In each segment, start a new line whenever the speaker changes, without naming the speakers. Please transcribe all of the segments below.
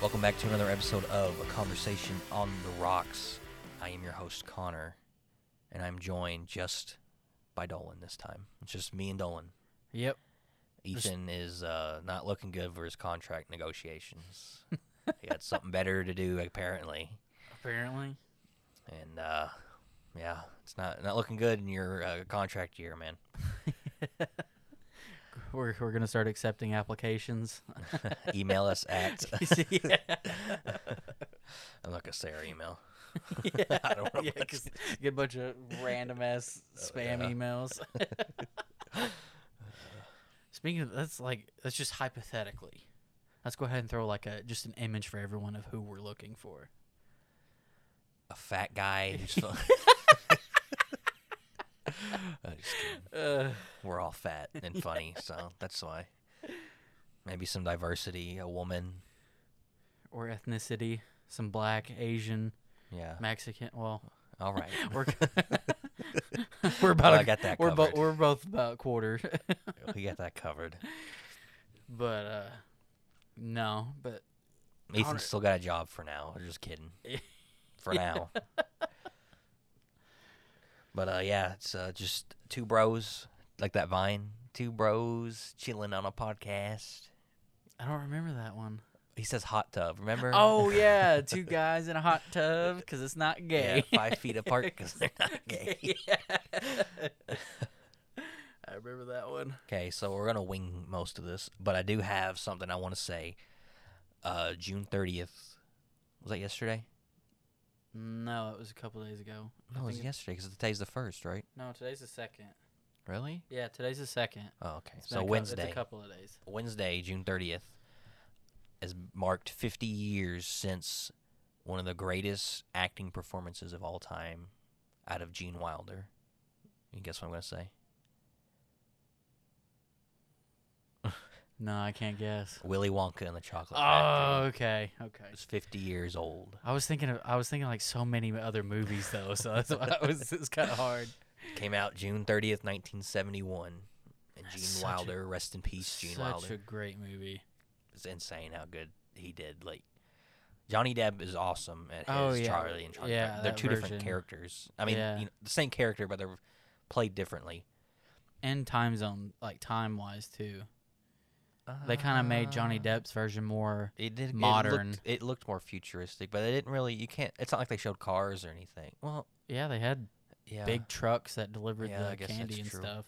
Welcome back to another episode of A Conversation on the Rocks. I am your host, Connor, and I'm joined just by Dolan this time. It's just me and Dolan.
Yep.
Ethan is uh, not looking good for his contract negotiations. he had something better to do, apparently.
Apparently.
And uh, yeah, it's not, not looking good in your uh, contract year, man.
We're, we're going to start accepting applications.
Email us at.
yeah.
I'm not going to say our email.
yeah.
I don't know
yeah,
what
'cause get a bunch of random ass spam
yeah.
emails. Speaking of that's like that's just hypothetically. Let's go ahead and throw like a just an image for everyone of who we're looking for.
A fat guy who's. fu- I'm just kidding.
Uh,
we're all fat and funny, so that's why. Maybe some diversity, a woman.
or ethnicity, some black, Asian,
Yeah.
Mexican. Well,
All right.
we're we're about
Well,
a-
I got that
we're both
covered.
we're both about quarter.
we got that covered.
But uh no, but Honor-
Ethan's still got a job for now. I'm just kidding. For now. But uh, yeah, it's uh, just two bros, like that Vine. Two bros chilling on a podcast.
I don't remember that one.
He says hot tub, remember?
Oh yeah, two guys in a hot tub because it's not
Yeah,
gay.
five feet apart because they're not gay.
Yeah. I remember that one.
Okay, so we're gonna wing most of this, but I do have something I want to say. Uh, June thirtieth was that yesterday?
No, it was a couple days ago. I
No, it was
think it-
yesterday because today's the first, right?
No, today's the second.
Really?
Yeah, today's the second.
Oh, okay.
It's been
so
a cou-
Wednesday,
it's a couple of days.
Wednesday, June thirtieth, has marked fifty years since one of the greatest acting performances of all time, out of Gene Wilder. You guess what I'm gonna say?
No, I can't guess.
Willy Wonka and the Chocolate
Oh,
Factory.
okay, okay.
It's fifty years old.
I was thinking of I was thinking like so many other movies though, so that's why I was it's kind of hard.
Came out June 30th, 1971. And
That's
Gene
such a-
Wilder, rest in peace, Gene
Such
Wilder.
a great movie.
It's insane how good he did. Like Johnny Depp is awesome at his
Oh, yeah.
Charlie and Charlie.
Yeah,
Charlie. they're
that
two different
version.
characters. I mean,
Yeah.
you know, the same character, but they're played differently.
And time zone, like time wise too. They kind of made Johnny
Uh,
Depp's version more.
it did it looked-
modern.
It looked, more futuristic, but they didn't really. You can't. It's not like they showed cars or anything. Well,
Yeah, they had
yeah,
big trucks that delivered
Yeah, I
the
guess
candy
that's
and
true.
stuff.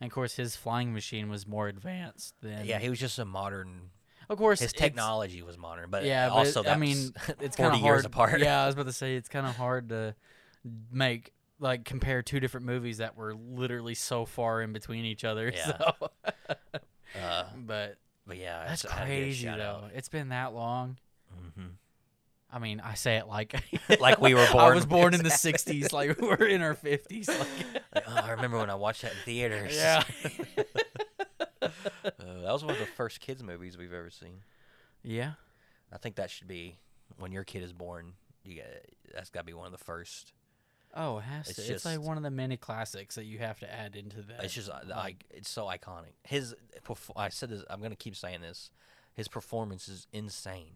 And of course, his flying machine was more advanced than.
Yeah, he was just a modern.
of course,
His
it's-
technology was modern, but
Yeah, but
also
it-
that
I mean,
was
it's kind
40
of hard.
years apart.
Yeah, I was about to say it's kind of hard to make like compare two different movies that were literally so far in between each other.
Yeah.
So.
Uh,
but
But yeah,
that's crazy though. It's been that long.
Mm-hmm.
I mean, I say it like
Like we were
I
born
was born
when
in the
this
'60s, like we're in our '50s. Like,
oh, I remember when I watched that in theaters.
yeah,
Uh, that was one of the first kids movies we've ever seen.
yeah.
I think that should be when your kid is born. You get, that's got to be one of the first.
Oh, it has
It's
to. it's like
just-
one of the many classics that you have to add into that.
It's just uh, the, I,
like-
it's so iconic. His perf- I said this. I'm gonna keep saying this. His performance is insane.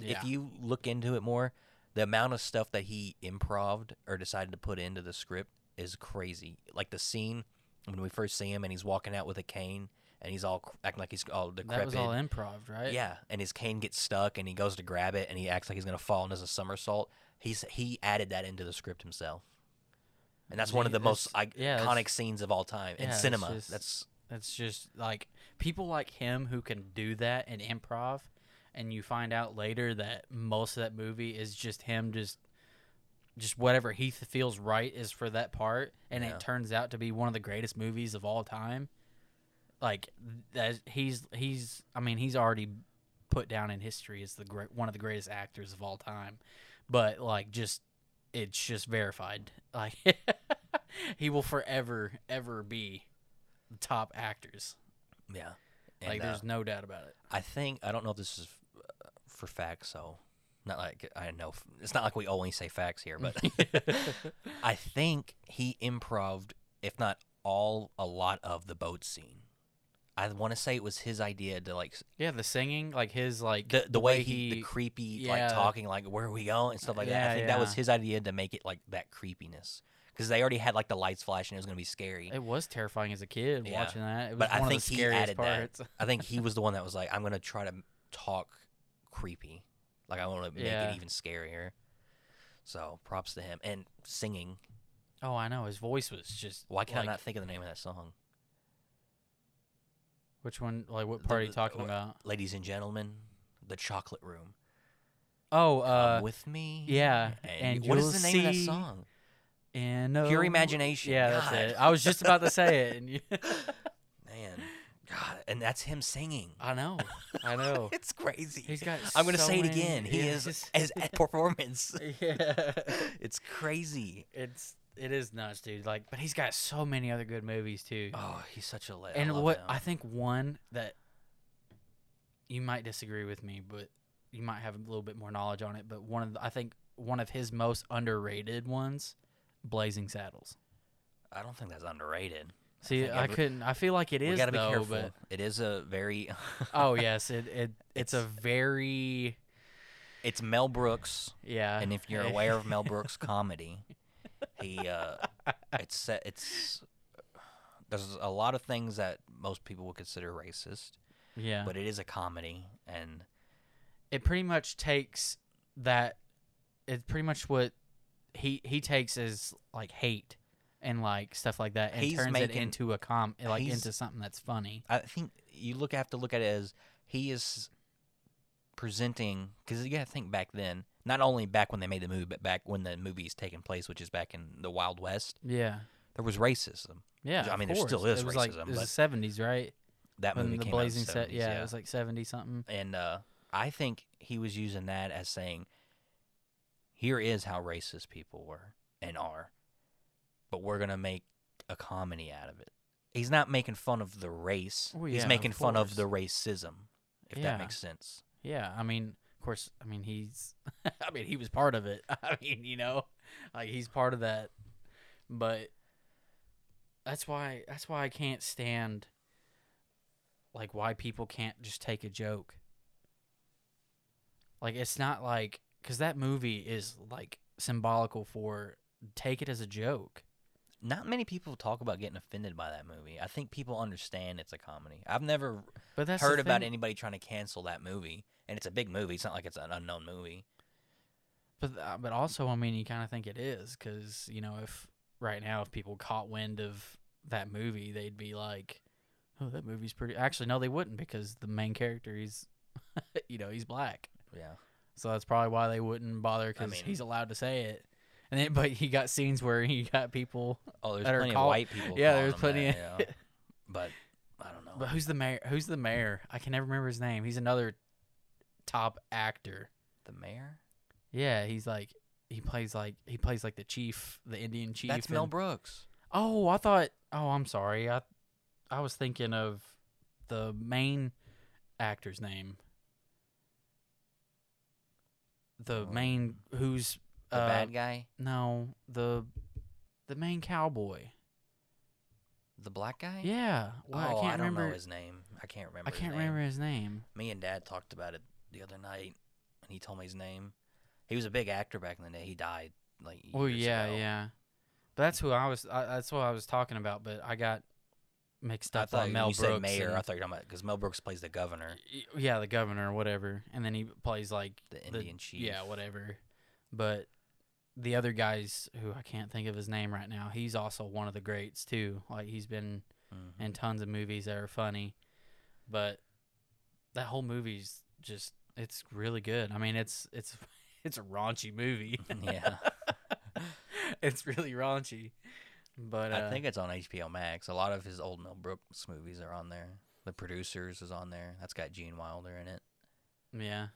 yeah.
If you look into it more, the amount of stuff that he improved or decided to put into the script is crazy. Like the scene when we first see him and he's walking out with a cane and he's all cr- acting like he's all
that
decrepit.
was all improv, right?
yeah, and his cane gets stuck and he goes to grab it and he acts like he's gonna fall and does a somersault. He's he added that into the script himself, and that's one of
See,
the most
that's-
iconic
yeah, that's-
scenes of all time in
yeah, it's
cinema.
just-
that's
That's just like people like him who can do that and improv, and you find out later that most of that movie is just him just. Just whatever he th- feels right is for that part, and
Yeah.
it turns out to be one of the greatest movies of all time. Like that, he's he's. I mean, he's already put down in history as the great one of the greatest actors of all time, but like just it's just verified. Like he will forever ever be the top actors.
yeah. And,
like
uh,
there's no doubt about it.
I think I don't know if this is f- uh, for facts, so not like I know f- it's not like we only say facts here, but I think he improved, if not all, a lot of the boat scene. I want to say it was his idea to like s-
Yeah, the singing, like his like
the the way he, the
he-
creepy
yeah.
like talking like where are we going and stuff like that.
Yeah,
I think that was
yeah.
his idea to make it like that creepiness because they already had like the lights flashing. It was gonna be scary.
it was terrifying as a kid
Yeah.
watching that. It was
But I
one
think
of the
he
scariest
added that.
parts.
I think he was the one that was like, I'm gonna try to m- talk creepy, like I want to make
Yeah.
it even scarier. So props to him and singing.
Oh, I know. His voice was just
Why can
like,
I not think of the name of that song?
Which one? Like what
The-
part are you
the-
talking
wh-
about?
Ladies and gentlemen, the Chocolate Room.
Oh,
Come
uh,
with me.
yeah,
And,
and
what is
you'll
the name of that
see
song?
and
Pure
oh-
imagination.
Yeah,
God.
that's it. I was just about to say it, and you,
Man, God, and that's him singing.
I know, I know.
It's crazy.
Oh. He's got.
I'm gonna
so
say it
many-
again. He
yeah,
is
just-
his performance.
yeah,
it's crazy.
it's it is nuts, dude. Like, but he's got so many other good movies too.
Oh, he's such a legend.
and what I think one that you might disagree with me, but you might have a little bit more knowledge on it. But one of the, I think one of his most underrated ones, Blazing Saddles.
I don't think that's underrated.
See,
think
I,
every-
couldn't. I feel like it
we
is
gotta be
though,
careful.
but-
It is a very.
oh yes, it, it it's a
It's-
very
it's Mel Brooks,
yeah.
and if you're
eh,
aware of Mel Brooks comedy, he uh, it's set- it's there's a lot of things that most people would consider racist,
yeah,
but it is a comedy, and
it pretty much takes that. It's pretty much what he he takes as like hate and like stuff like that, and
He's
turns it
making-
into a com like
he's-
into something that's funny.
I think you look have to look at it as he is presenting because you got to think back then, not only back when they made the movie, but back when the movie is taking place, which is back in the Wild West.
Yeah,
There was racism.
yeah.
I
of
mean, there still
course.
is
it was like,
racism,
It was
but
the seventies, right?
That
When
movie
the
came
blazing
out in the 70s,
set, yeah, it was like seventy something.
and uh, I think he was using that as saying, "Here is how racist people were and are, but we're gonna make a comedy out of it." He's not making fun of the race.
Oh, yeah,
He's
of
making fun
course.
of the racism, if
Yeah.
that makes sense.
Yeah, I mean, of course, I mean he's, I mean he was part of it. I mean, you know, like he's part of that. But that's why that's why I can't stand like why people can't just take a joke. Like it's not like cuz that movie is like symbolical for take it as a joke.
Not many people talk about getting offended by that movie. I think people understand it's a comedy. I've never
But that's the
heard about
thing-
anybody trying to cancel that movie, and it's a big movie. It's not like it's an unknown movie.
But th- uh, but also, I mean, you kind of think it is because you know if right now if people caught wind of that movie, they'd be like, "Oh, that movie's pretty." Actually, no, they wouldn't because the main character he's, you know, he's black,
Yeah.
so that's probably why they wouldn't bother because
mean-
he's allowed to say it. And then, but he got scenes where he got people.
Oh, there's
That are
plenty
call-
of white people.
yeah,
calling
there's
them
plenty
that,
of-
you know? But Oh, I don't know.
But who's the mayor? Who's the mayor? I can never remember his name. He's another top actor.
the mayor?
Yeah, he's like he plays like he plays like the chief, the Indian chief.
That's Mel
in-
Brooks.
Oh, I thought. Oh, I'm sorry. I I was thinking of the main actor's name.
Oh.
The main who's
The
uh,
bad guy?
No, the the main cowboy.
The black guy?
Yeah. Well,
oh,
I can't
don't
remember.
know his name. I can't remember.
I
his
can't
name.
remember his name.
Me and Dad talked about it the other night, and he told me his name. He was a big actor back in the day. He died like.
Oh
years
yeah,
ago.
yeah. But that's who I was. I, that's what I was talking about. But I got mixed
I
up
thought
on Mel
you
Brooks.
said mayor.
and-
I thought you were talking about because Mel Brooks plays the governor,
y- yeah, the governor or whatever, and then he plays like
the Indian chief.
Yeah, whatever. But the other guys who I can't think of his name right now, he's also one of the greats too. Like he's been
Mhm.
in tons of movies that are funny. But that whole movie's just it's really good. I mean, it's it's it's a raunchy movie.
yeah,
it's really raunchy. But uh,
I think it's on HBO Max. A lot of his old Mel Brooks movies are on there. The producers is on there. That's got Gene Wilder in it.
yeah.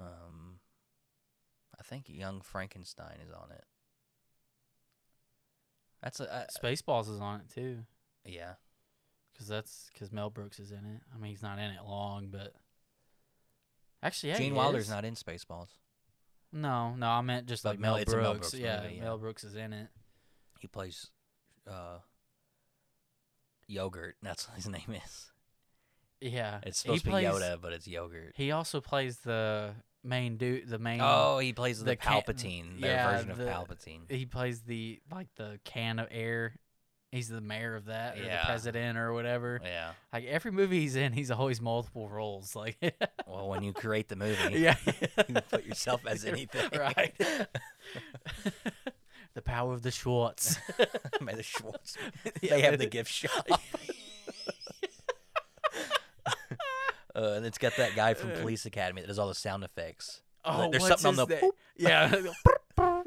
Um, I think Young Frankenstein is on it. That's a I,
Spaceballs is on it too.
yeah.
Cause that's cause Mel Brooks is in it. I mean, he's not in it long, but actually, yeah,
Gene
he
Wilder's
is.
not in Spaceballs.
No, no, I meant just
But
like
Mel-
Mel,
it's a
Brooks.
Mel Brooks
Yeah,
movie, yeah.
Mel Brooks is in it.
He plays uh, yogurt. That's what his name is.
Yeah,
It's supposed
he
to be
plays,
Yoda, but it's yogurt.
He also plays the main dude, the main.
oh, he plays the,
the can-
Palpatine, their
yeah,
version of
the-
Palpatine.
he plays the like the can of air. He's the mayor of that, or
Yeah.
the president, or whatever.
Yeah.
Like every movie he's in, he's always multiple roles. Like,
Well, when you create the movie,
yeah,
you put yourself as anything.
right? the power of the Schwartz.
May the Schwartz.
Yeah,
They have the
the-
gift shop. uh, and it's got that guy from Police Academy that does all the sound effects.
Oh,
There's
what's
something on
his
the
name? Yeah.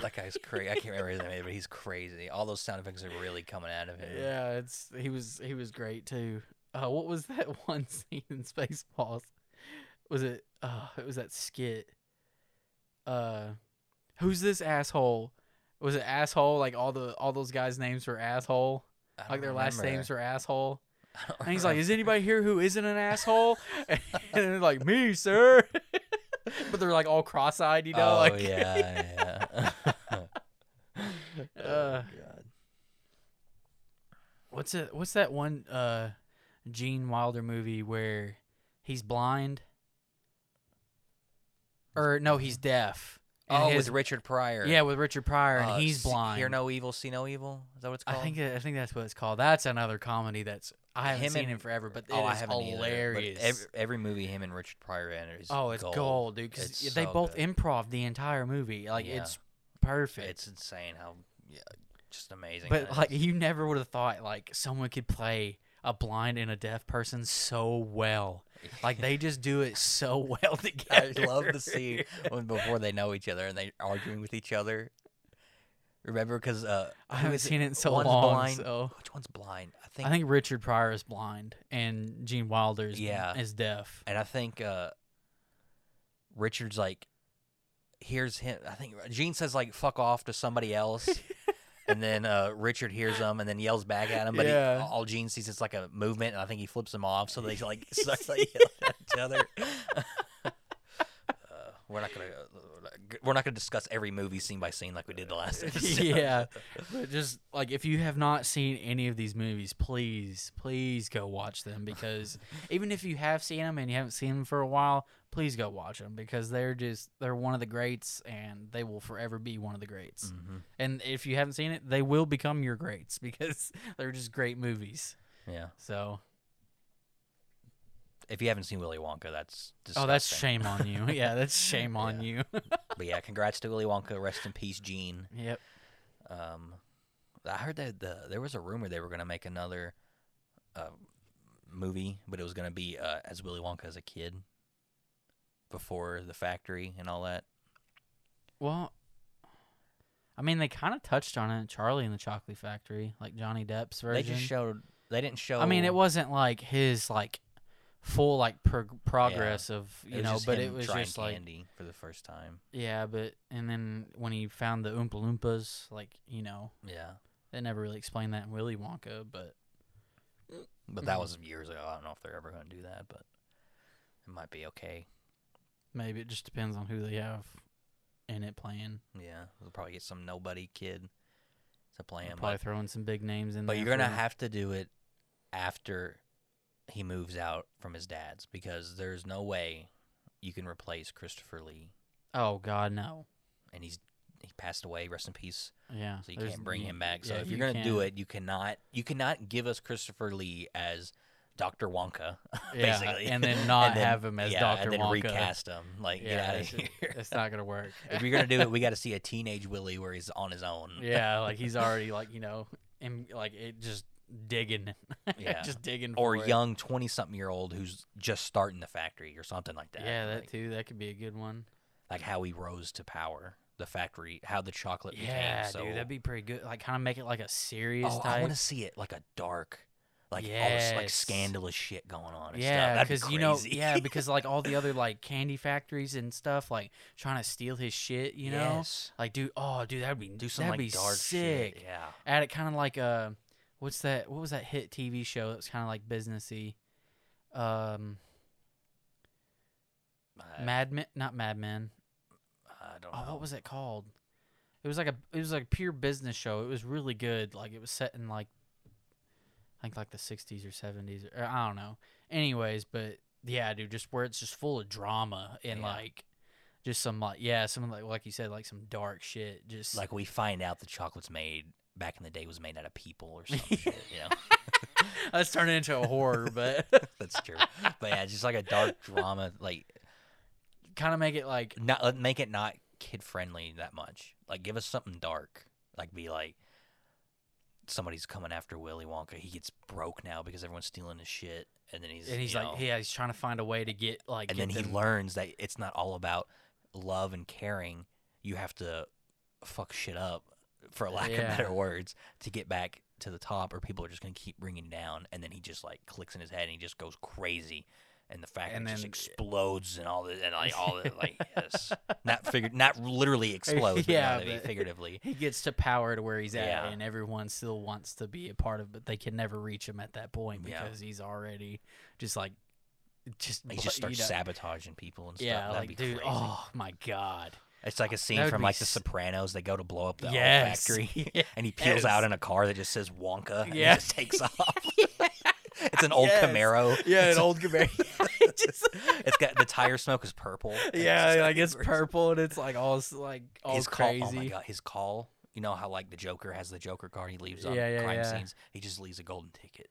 That guy's crazy. I can't remember his name, but he's crazy. All those sound effects are really coming out of him.
Yeah, it's he was he was great too. Uh, what was that one scene in Spaceballs? Was it? Uh, it was that skit. Uh, who's this asshole? Was it asshole? Like all the all those guys' names were asshole.
I don't
Like their last
remember.
names were asshole.
I don't
And he's like,
remember.
"Is anybody here who isn't an asshole?" and they're like, "Me, sir." but they're like all cross-eyed, you know.
oh
like,
yeah, yeah.
Uh,
God.
What's it? What's that one uh, Gene Wilder movie where he's blind? Or no, he's deaf. And
Oh,
his-
with Richard Pryor.
yeah, with Richard Pryor,
Uh,
and he's
See-
blind.
Hear no um, evil, see no evil. Is that what it's
I
called?
think I think that's what it's called. That's another comedy that's I haven't
Him
seen
and-
in forever, but it
oh, I
is
haven't either, but
hilarious.
Every, every movie him and Richard Pryor are in is
oh, it's gold,
gold.
dude. Because
It's
they
so
both
good.
improv the entire movie. Like
Yeah.
it's perfect.
It's insane how, yeah, just amazing. that
But like
is.
you never would have thought like someone could play a blind and a deaf person so well. Like they just do it so well
I
together.
love the scene when before they know each other and they arguing with each other. Remember, because uh,
I
who
haven't
is it?
seen it in so
One's
long.
blind.
So
Which one's blind? I think.
I think Richard Pryor is blind and Gene Wilder is,
Yeah.
is deaf.
and I think uh, Richard's like, hears him. I think Gene says like "fuck off" to somebody else, and then uh, Richard hears him and then yells back at him. But he-
Yeah.
all Gene sees is like a movement, and I think he flips him off, so they like sucks like yelling at each other. Uh, We're not gonna uh, we're not gonna discuss every movie scene by scene like we did the last episode.
yeah. But just like if you have not seen any of these movies, please, please go watch them because even if you have seen them and you haven't seen them for a while, please go watch them because they're just they're one of the greats and they will forever be one of the greats.
Mhm.
And if you haven't seen it, they will become your greats because they're just great movies.
yeah.
So, oh,
If you haven't seen Willy Wonka, that's disgusting.
oh, that's shame on you. Yeah, that's shame on you.
But yeah, congrats to Willy Wonka. Rest in peace, Gene.
yep.
Um, I heard that the there was a rumor they were gonna make another uh, movie, but it was gonna be uh, as Willy Wonka as a kid, before the factory and all that.
Well, I mean, they kind of touched on it. Charlie and the Chocolate Factory, like Johnny Depp's version.
They just showed. They didn't show.
I mean, it wasn't like his like full like prog- progress of
it
you
was
know,
just
but it
him
was
trying
just like
candy for the first time.
yeah, but and then when he found the Oompa Loompas, like you know,
Yeah,
they never really explained that in Willy Wonka, but
but that
Mhm.
was years ago. I don't know if they're ever gonna do that, but it might be okay.
maybe it just depends on who they have in it playing.
Yeah, they'll probably get some nobody kid to play him.
Probably
But,
throwing some big names in
but
there.
you're gonna
for-
have to do it after he moves out from his dad's because there's no way you can replace Christopher Lee,
Oh God, no.
and he's he passed away. Rest in peace.
Yeah.
So you
there's-
can't bring him back. So
yeah,
if you're gonna do
can't-
it, you cannot you cannot give us Christopher Lee as Doctor Wonka,
Yeah,
basically,
and then not
then-
have him as
yeah,
Doctor
and then
Wonka.
recast him. Like
Yeah,
get out of
it's just-
here.
It's not gonna work.
if you're gonna do it, we got to see a teenage Willie where he's on his own.
yeah, like he's already like you know, in, like it just digging,
Yeah.
just digging
or
for it.
young 20 something year old who's just starting the factory or something like that.
Yeah, that
like,
too. That could be a good one.
like how he rose to power, the factory, how the chocolate
Yeah,
became so
dude, that'd be pretty good. Like kind of make it like a serious
Oh, I
type.
want to see it like a dark like all this like
Yes.
scandalous shit going on and
yeah,
stuff. That'd be
you know,
crazy.
yeah, because like all the other like candy factories and stuff, like trying to steal his shit, you know.
Yes.
Like, dude, oh, dude, that'd be
do some
that'd
like
be
dark
sick.
shit. Yeah.
Add it kind of like uh, what's that? What was that hit TV show that was kind of like businessy? Um,
I,
Mad Men, not Mad Men.
I don't know.
Oh, what was it called? It was like a it was like a pure business show. It was really good. Like it was set in like I think like the 60s or 70s or I don't know. Anyways, but yeah, dude, just where it's just full of drama and
Yeah.
like just some like yeah, some like like you said like some dark shit. Just
Like we find out the chocolate's made back in the day was made out of people or something. you know,
let's turn it into a horror, but
that's true. But yeah, just like a dark drama. Like
kind of make it like
not uh, make it not kid friendly that much. Like give us something dark. Like be like somebody's coming after Willy Wonka. He gets broke now because everyone's stealing his shit, and then he's
and he's
you
like
know,
yeah, he's trying to find a way to get like
and
get
then he
them-
learns that it's not all about love and caring. You have to fuck shit up, for lack
Yeah.
of better words, to get back to the top, or people are just gonna keep bringing you down. And then he just like clicks in his head, and he just goes crazy. And the fact
And
that it just
then-
explodes and all the and like all the like yes. not figured not literally explodes, but,
Yeah,
you know what I mean,
but-
figuratively.
he gets to power to where he's at
Yeah.
and everyone still wants to be a part of but they can never reach him at that point
Yeah.
because he's already just like just
He
bl-
just starts
you know-
sabotaging people and stuff.
yeah
That'd
like
be
dude
crazy.
oh my god
It's like a
that
scene
would
from
be
like The
s-
Sopranos. They go to blow up the old
Yes.
factory, and he peels out
Yes.
in a car that just says Wonka, and
Yeah.
he just takes off. It's an old
Yes.
Camaro.
yeah
It's-
an old
it's got the tire smoke is purple.
yeah like it's
crazy.
purple and it's like all s- like all
his
crazy
call. Oh my god, his call. You know how like the Joker has the Joker card he leaves on
Yeah, yeah,
crime
yeah.
scenes. He just leaves a golden ticket.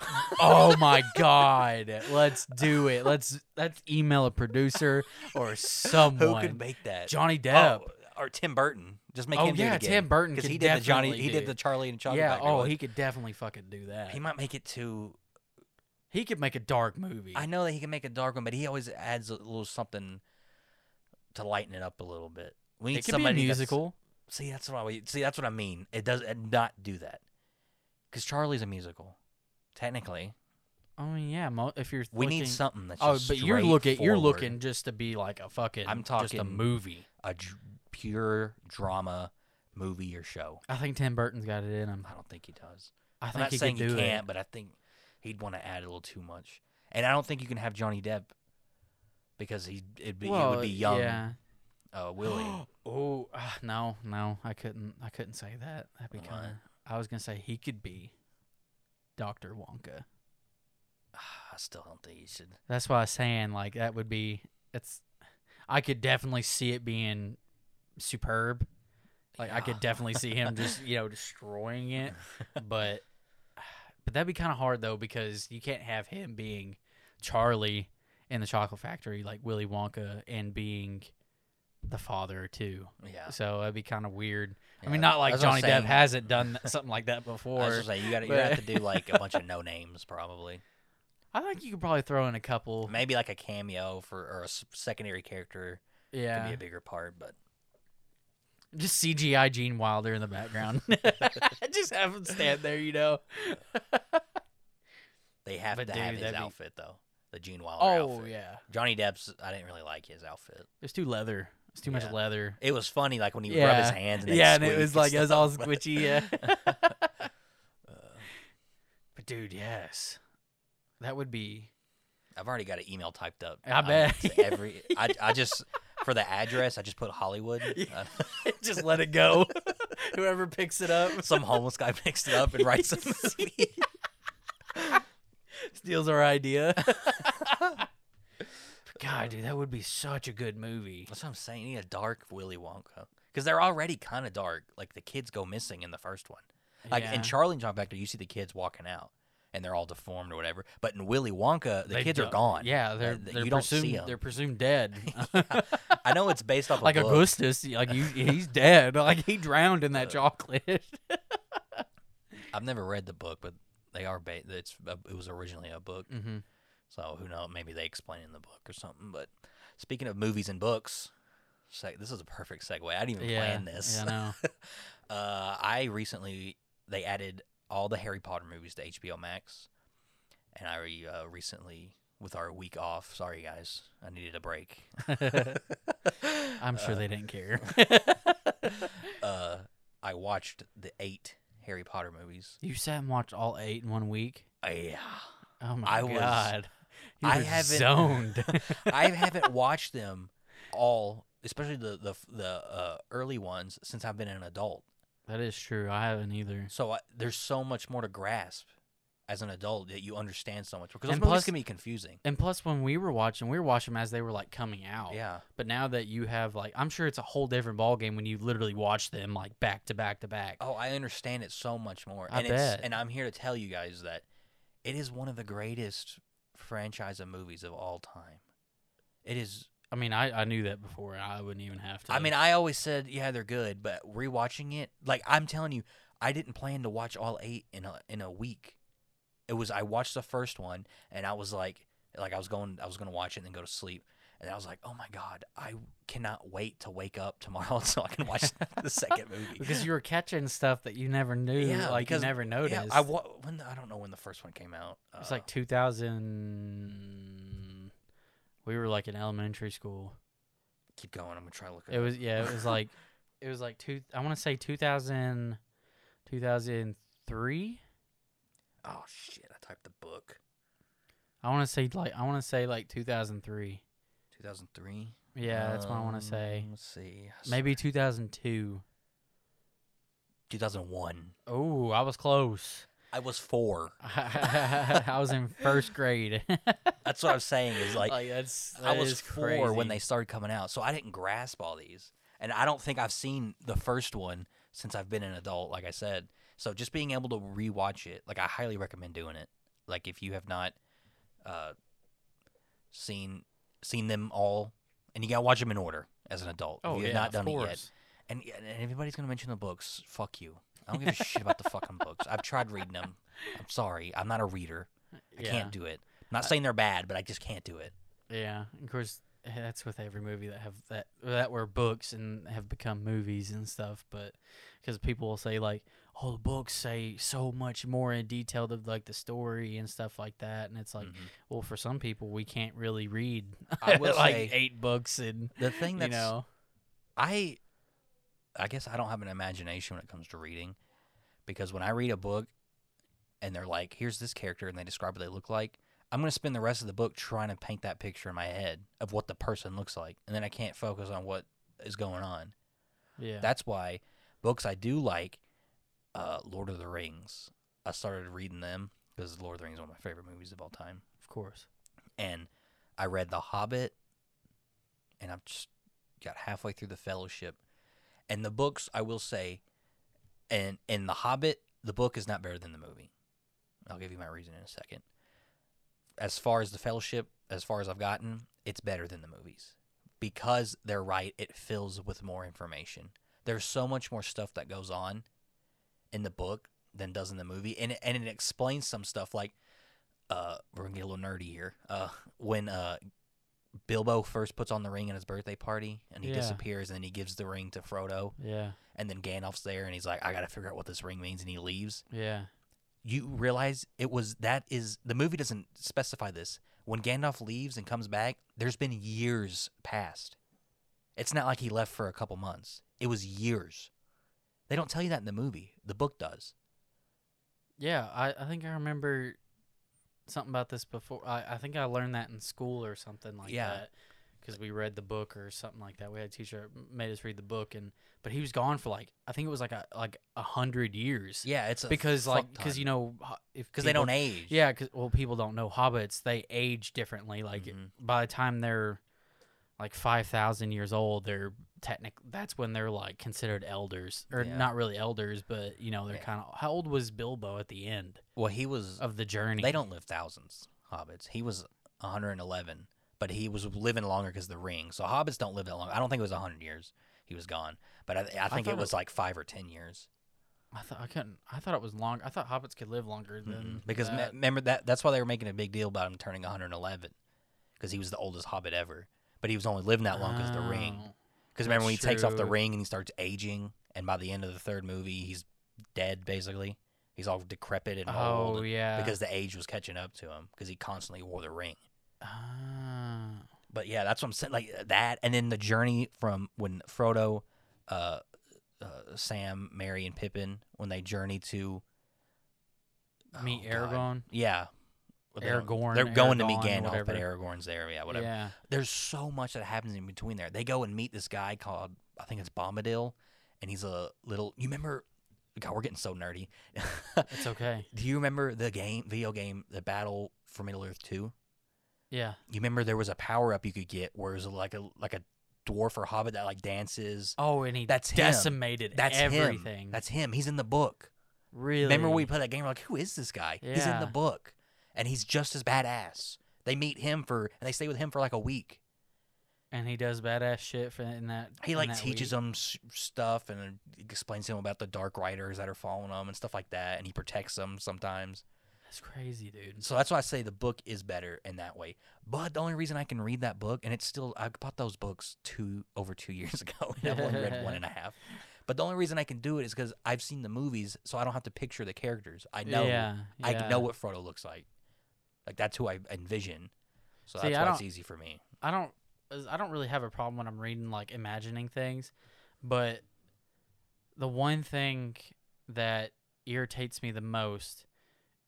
Oh my god. Let's do it. Let's let's email a producer or
Who
someone.
could make that?
Johnny
Oh,
Depp.
or Tim Burton. Just make
Oh,
him do
yeah,
it again.
Tim Burton could
he did the Johnny.
definitely
He
do-
did the Charlie and the Chocolate
yeah,
Factory
oh,
one.
he could definitely fucking do that.
he
He,
might make it to
could make a dark movie.
I know that he can make a dark one, but he always adds a little something to lighten it up a little bit. We need
it could be a
somebody that's-
musical.
see, that's what I see. That's what I mean. It does it not do that because Charlie's a musical, technically.
I mean, yeah, mo- if you're
We need
looking-
something that's
Oh,
just
but you're looking you're
straightforward,
looking just to be like a fucking
I'm
just a
talking-
movie.
a dr- pure drama movie or show.
I think Tim Burton's got it in him.
I don't think he does.
I
I'm
think
not
he
saying
could do
he can't,
it.
but I think he'd want to add a little too much. And I don't think you can have Johnny Depp because he it'd be he would be young
Yeah.
uh, Willie.
oh, ah, no, no. I couldn't I couldn't say that. That'd be
Why?
kind of I was going to say he could be Dr. Wonka.
I still don't think he should.
That's why I was saying like that would be it's I could definitely see it being superb. Like I
Yeah.
could definitely see him just, you know, destroying it. But but that'd be kinda hard though because you can't have him being Charlie in the chocolate factory like Willy Wonka and being the father too.
Yeah.
So that'd be kind of weird. I
yeah.
mean, not like
That's what I'm
Johnny Depp
saying.
hasn't done th- something like that before.
I
I,
was just saying, you got you have
but-
to do like a bunch of no names probably.
think you could probably throw in a couple.
Maybe like a cameo for or a s- secondary character could
yeah,
be a bigger part, but
just CGI Gene Wilder in the background. just have him stand there, you know.
they have
But
to have
dude,
his
that'd be-
outfit though. The Gene Wilder
Oh
outfit.
yeah,
Johnny Depp's I didn't really like his outfit.
it's too leather. It's too
Yeah.
much leather.
It was funny like when he would rub his
Yeah.
hands and they'd
yeah, and it
squeak
was like it was all
stuff, but-
squishy. Yeah.
Uh,
but dude, yes, that would be.
I've already got an email typed up.
I
I'm-
bet.
it's every I, I just for the address I just put Hollywood.
Yeah.
Uh,
just let it go. Whoever picks it up
some homeless guy mixed it up and writes a movie.
steals our idea. God, dude, that would be such a good movie.
That's what I'm saying. You need a dark Willy Wonka because they're already kind of dark. Like the kids go missing in the first one. Like
Yeah.
in Charlie and John Factor, you see the kids walking out and they're all deformed or whatever. But in Willy Wonka, the
They
kids
don't-
are gone.
Yeah, they're,
th-
they're
you don't see
presumed
'em.
they're presumed dead.
I know it's based off
like
a book.
Augustus, like you, he's dead. Like he drowned in
Uh,
that chocolate.
I've never read the book, but they are. Ba- it's it was originally a book,
mm-hmm.
so who knows? Maybe they explain it in the book or something. But speaking of movies and books, seg- this is a perfect segue. I didn't even
Yeah,
plan this.
yeah, no.
Uh, I recently they added all the Harry Potter movies to HBO Max, and I re- uh, recently with our week off. Sorry guys, I needed a break.
I'm sure they didn't care.
Uh, I watched the eight Harry Potter movies.
you sat and watched all eight in one week.
Yeah,
Oh my
I was-
god, You
I
were
haven't-
zoned.
I haven't watched them all, especially the the the uh, early ones since I've been an adult.
that is true. I haven't either.
So I, there's so much more to grasp. as an adult that you understand so much because those
And
movies
plus-
can be confusing.
And plus, when we were watching, we were watching them as they were like coming out.
Yeah,
But now that you have like, I'm sure it's a whole different ballgame when you literally watch them like back to back to back.
Oh, I understand it so much more.
I
and It's,
bet.
and I'm here to tell you guys that it is one of the greatest franchise of movies of all time. It is.
I mean, I, I knew that before. and I wouldn't even have to.
I mean, I always said, yeah, they're good, but rewatching it, like I'm telling you, I didn't plan to watch all eight in a in a week. It was I watched the first one, and I was like, like I was going, I was going to watch it and then go to sleep, and I was like, oh my god, I cannot wait to wake up tomorrow so I can watch the second movie.
because you were catching stuff that you never knew,
Yeah,
like
because-
you never noticed.
yeah, I wa- when the- I don't know when the first one came out. Uh,
It's like 2000. We were like in elementary school.
keep going. I'm gonna try to look.
It was yeah. It was like it was like two. I want to say 2000, 2003.
oh shit! I typed the book.
I want to say like I want to say like 2003.
2003.
Yeah, that's what I want to say.
Um, Let's see. S-
Maybe 2002.
2001.
Oh, I was close.
I was four.
I was in first grade.
That's what I'm saying. Is like,
that's
I
that
was
is
four when they
crazy.
started coming out, so I didn't grasp all these, and I don't think I've seen the first one since I've been an adult. Like I said, so just being able to rewatch it, like I highly recommend doing it. Like if you have not uh, seen seen them all, and you gotta watch them in order as an adult.
Oh,
if you have not done it yet, And, and everybody's gonna mention the books. Fuck you. I don't give a shit about the fucking books. I've tried reading them. I'm sorry. I'm not a reader. I can't do it. I'm not saying they're bad, but I just can't do it.
Yeah, of course. eh, That's with every movie that have that that were books and have become movies and stuff. But because people will say like, "Oh, the books say so much more in detail of like the story and stuff like that," and it's like,
Mhm.
well, for some people, we can't really read.
I will
like
say-
eight books and
The thing
you
that's
know,
I, I guess I don't have an imagination when it comes to reading, because when I read a book, and they're like, "Here's this character," and they describe what they look like, I'm gonna spend the rest of the book trying to paint that picture in my head of what the person looks like, and then I can't focus on what is going on.
yeah,
That's why books I do like, uh, Lord of the Rings. I started reading them because Lord of the Rings is one of my favorite movies of all time.
of course.
And I read The Hobbit, and I've just got halfway through The Fellowship. And the books, I will say, and in The Hobbit, the book is not better than the movie. I'll give you my reason in a second. As far as The Fellowship, as far as I've gotten, it's better than the movies because they're right. It fills with more information. There's so much more stuff that goes on in the book than does in the movie, and it, and it explains some stuff like uh, we're gonna get a little nerdy here. Uh, when uh, Bilbo first puts on the ring at his birthday party, and he
Yeah.
disappears, and then he gives the ring to Frodo,
Yeah,
and then Gandalf's there, and he's like, "I gotta figure out what this ring means," and he leaves.
yeah,
You realize it was that is the movie doesn't specify this. When Gandalf leaves and comes back, there's been years past. It's not like he left for a couple months. It was years. They don't tell you that in the movie. The book does.
yeah. I I think I remember something about this before. I I think I learned that in school or something like
Yeah.
that. Because we read the book or something like that. We had a teacher that made us read the book, and but he was gone for like I think it was like a like a hundred years.
Yeah, it's a
because like because you know ho- if
because they don't
people-
age.
Yeah, because well, people don't know hobbits. They age differently. Like
Mhm.
by the time they're like five thousand years old, they're technic. That's when they're like considered elders, or
Yeah.
not really elders, but you know they're
Yeah.
kind of. How old was Bilbo at the end
Well, he was
of the journey?
They don't live thousands, hobbits. He was 111, but he was living longer because the ring. So hobbits don't live that long. I don't think it was 100 years he was gone, but I, I think
thought
it
it-
was like five or 10 years.
I thought I couldn't. I thought it was long. I thought hobbits could live longer than
Mm-mm. Because me-
that.
remember that that's why they were making a big deal about him turning 111 because he was the oldest hobbit ever. But he was only living that long because the ring.
Oh,
Because remember
that's
when he takes off the
true.
ring and he starts aging, and by the end of the third movie, he's dead basically. He's all decrepit and old
Oh yeah.
because the age was catching up to him because he constantly wore the ring.
Ah.
But yeah, that's what I'm saying. Like that, and then the journey from when Frodo, uh, uh, Sam, Mary, and Pippin when they journey to
meet
Oh, God.
Aragorn.
Yeah, Well, they don't-
Aragorn,
They're going to meet
Aragorn,
Gandalf, but
whatever.
Aragorn's there. Yeah, whatever.
Yeah.
There's so much that happens in between there. They go and meet this guy called I think it's Bombadil, and he's a little. You remember God, we're getting so nerdy.
It's okay.
Do you remember the game, video game, the Battle for Middle Earth Two?
Yeah.
You remember there was a power up you could get, where it was like a like a dwarf or hobbit that like dances.
Oh, and he
That's him.
decimated
That's
everything.
Him. That's him. He's in the book.
really.
Remember when we played that game? We're like, who is this guy? He's in
Yeah.
the book, and he's just as badass. They meet him for and they stay with him for like a week.
and he does badass shit for in that.
He
in
like
that
teaches
week.
them s- stuff and explains to him about the dark riders that are following him and stuff like that, and he protects them sometimes.
That's crazy, dude.
So that's why I say the book is better in that way. But the only reason I can read that book, and it's still I bought those books two over two years ago, and I've only read one and a half. But the only reason I can do it is because I've seen the movies, so I don't have to picture the characters. I know,
Yeah,
I
yeah.
know what Frodo looks like. Like that's who I envision. So
See,
that's
I
why it's
don't-
easy for me.
I don't I don't really have a problem when I'm reading like imagining things, but the one thing that irritates me the most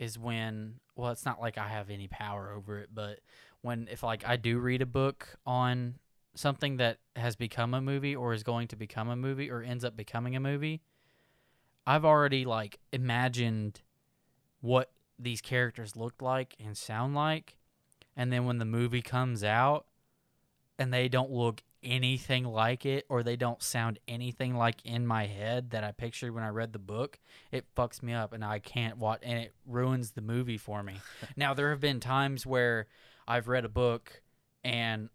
is when well it's not like I have any power over it, but when if like I do read a book on something that has become a movie or is going to become a movie or ends up becoming a movie, I've already like imagined what these characters looked like and sound like and then when the movie comes out and they don't look anything like it or they don't sound anything like in my head that I pictured when I read the book, it fucks me up and I can't watch and it ruins the movie for me. now there have been times where I've read a book and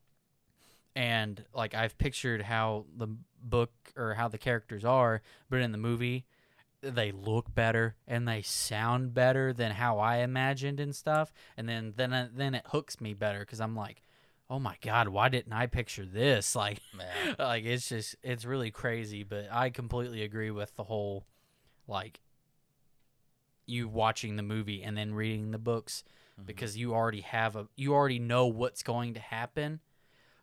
and like I've pictured how the book or how the characters are, but in the movie they look better and they sound better than how I imagined and stuff. And then then uh, then it hooks me better because I'm like, oh my god, why didn't I picture this? Like
Man.
like it's just it's really crazy. But I completely agree with the whole like you watching the movie and then reading the books
Mm-hmm.
because you already have a you already know what's going to happen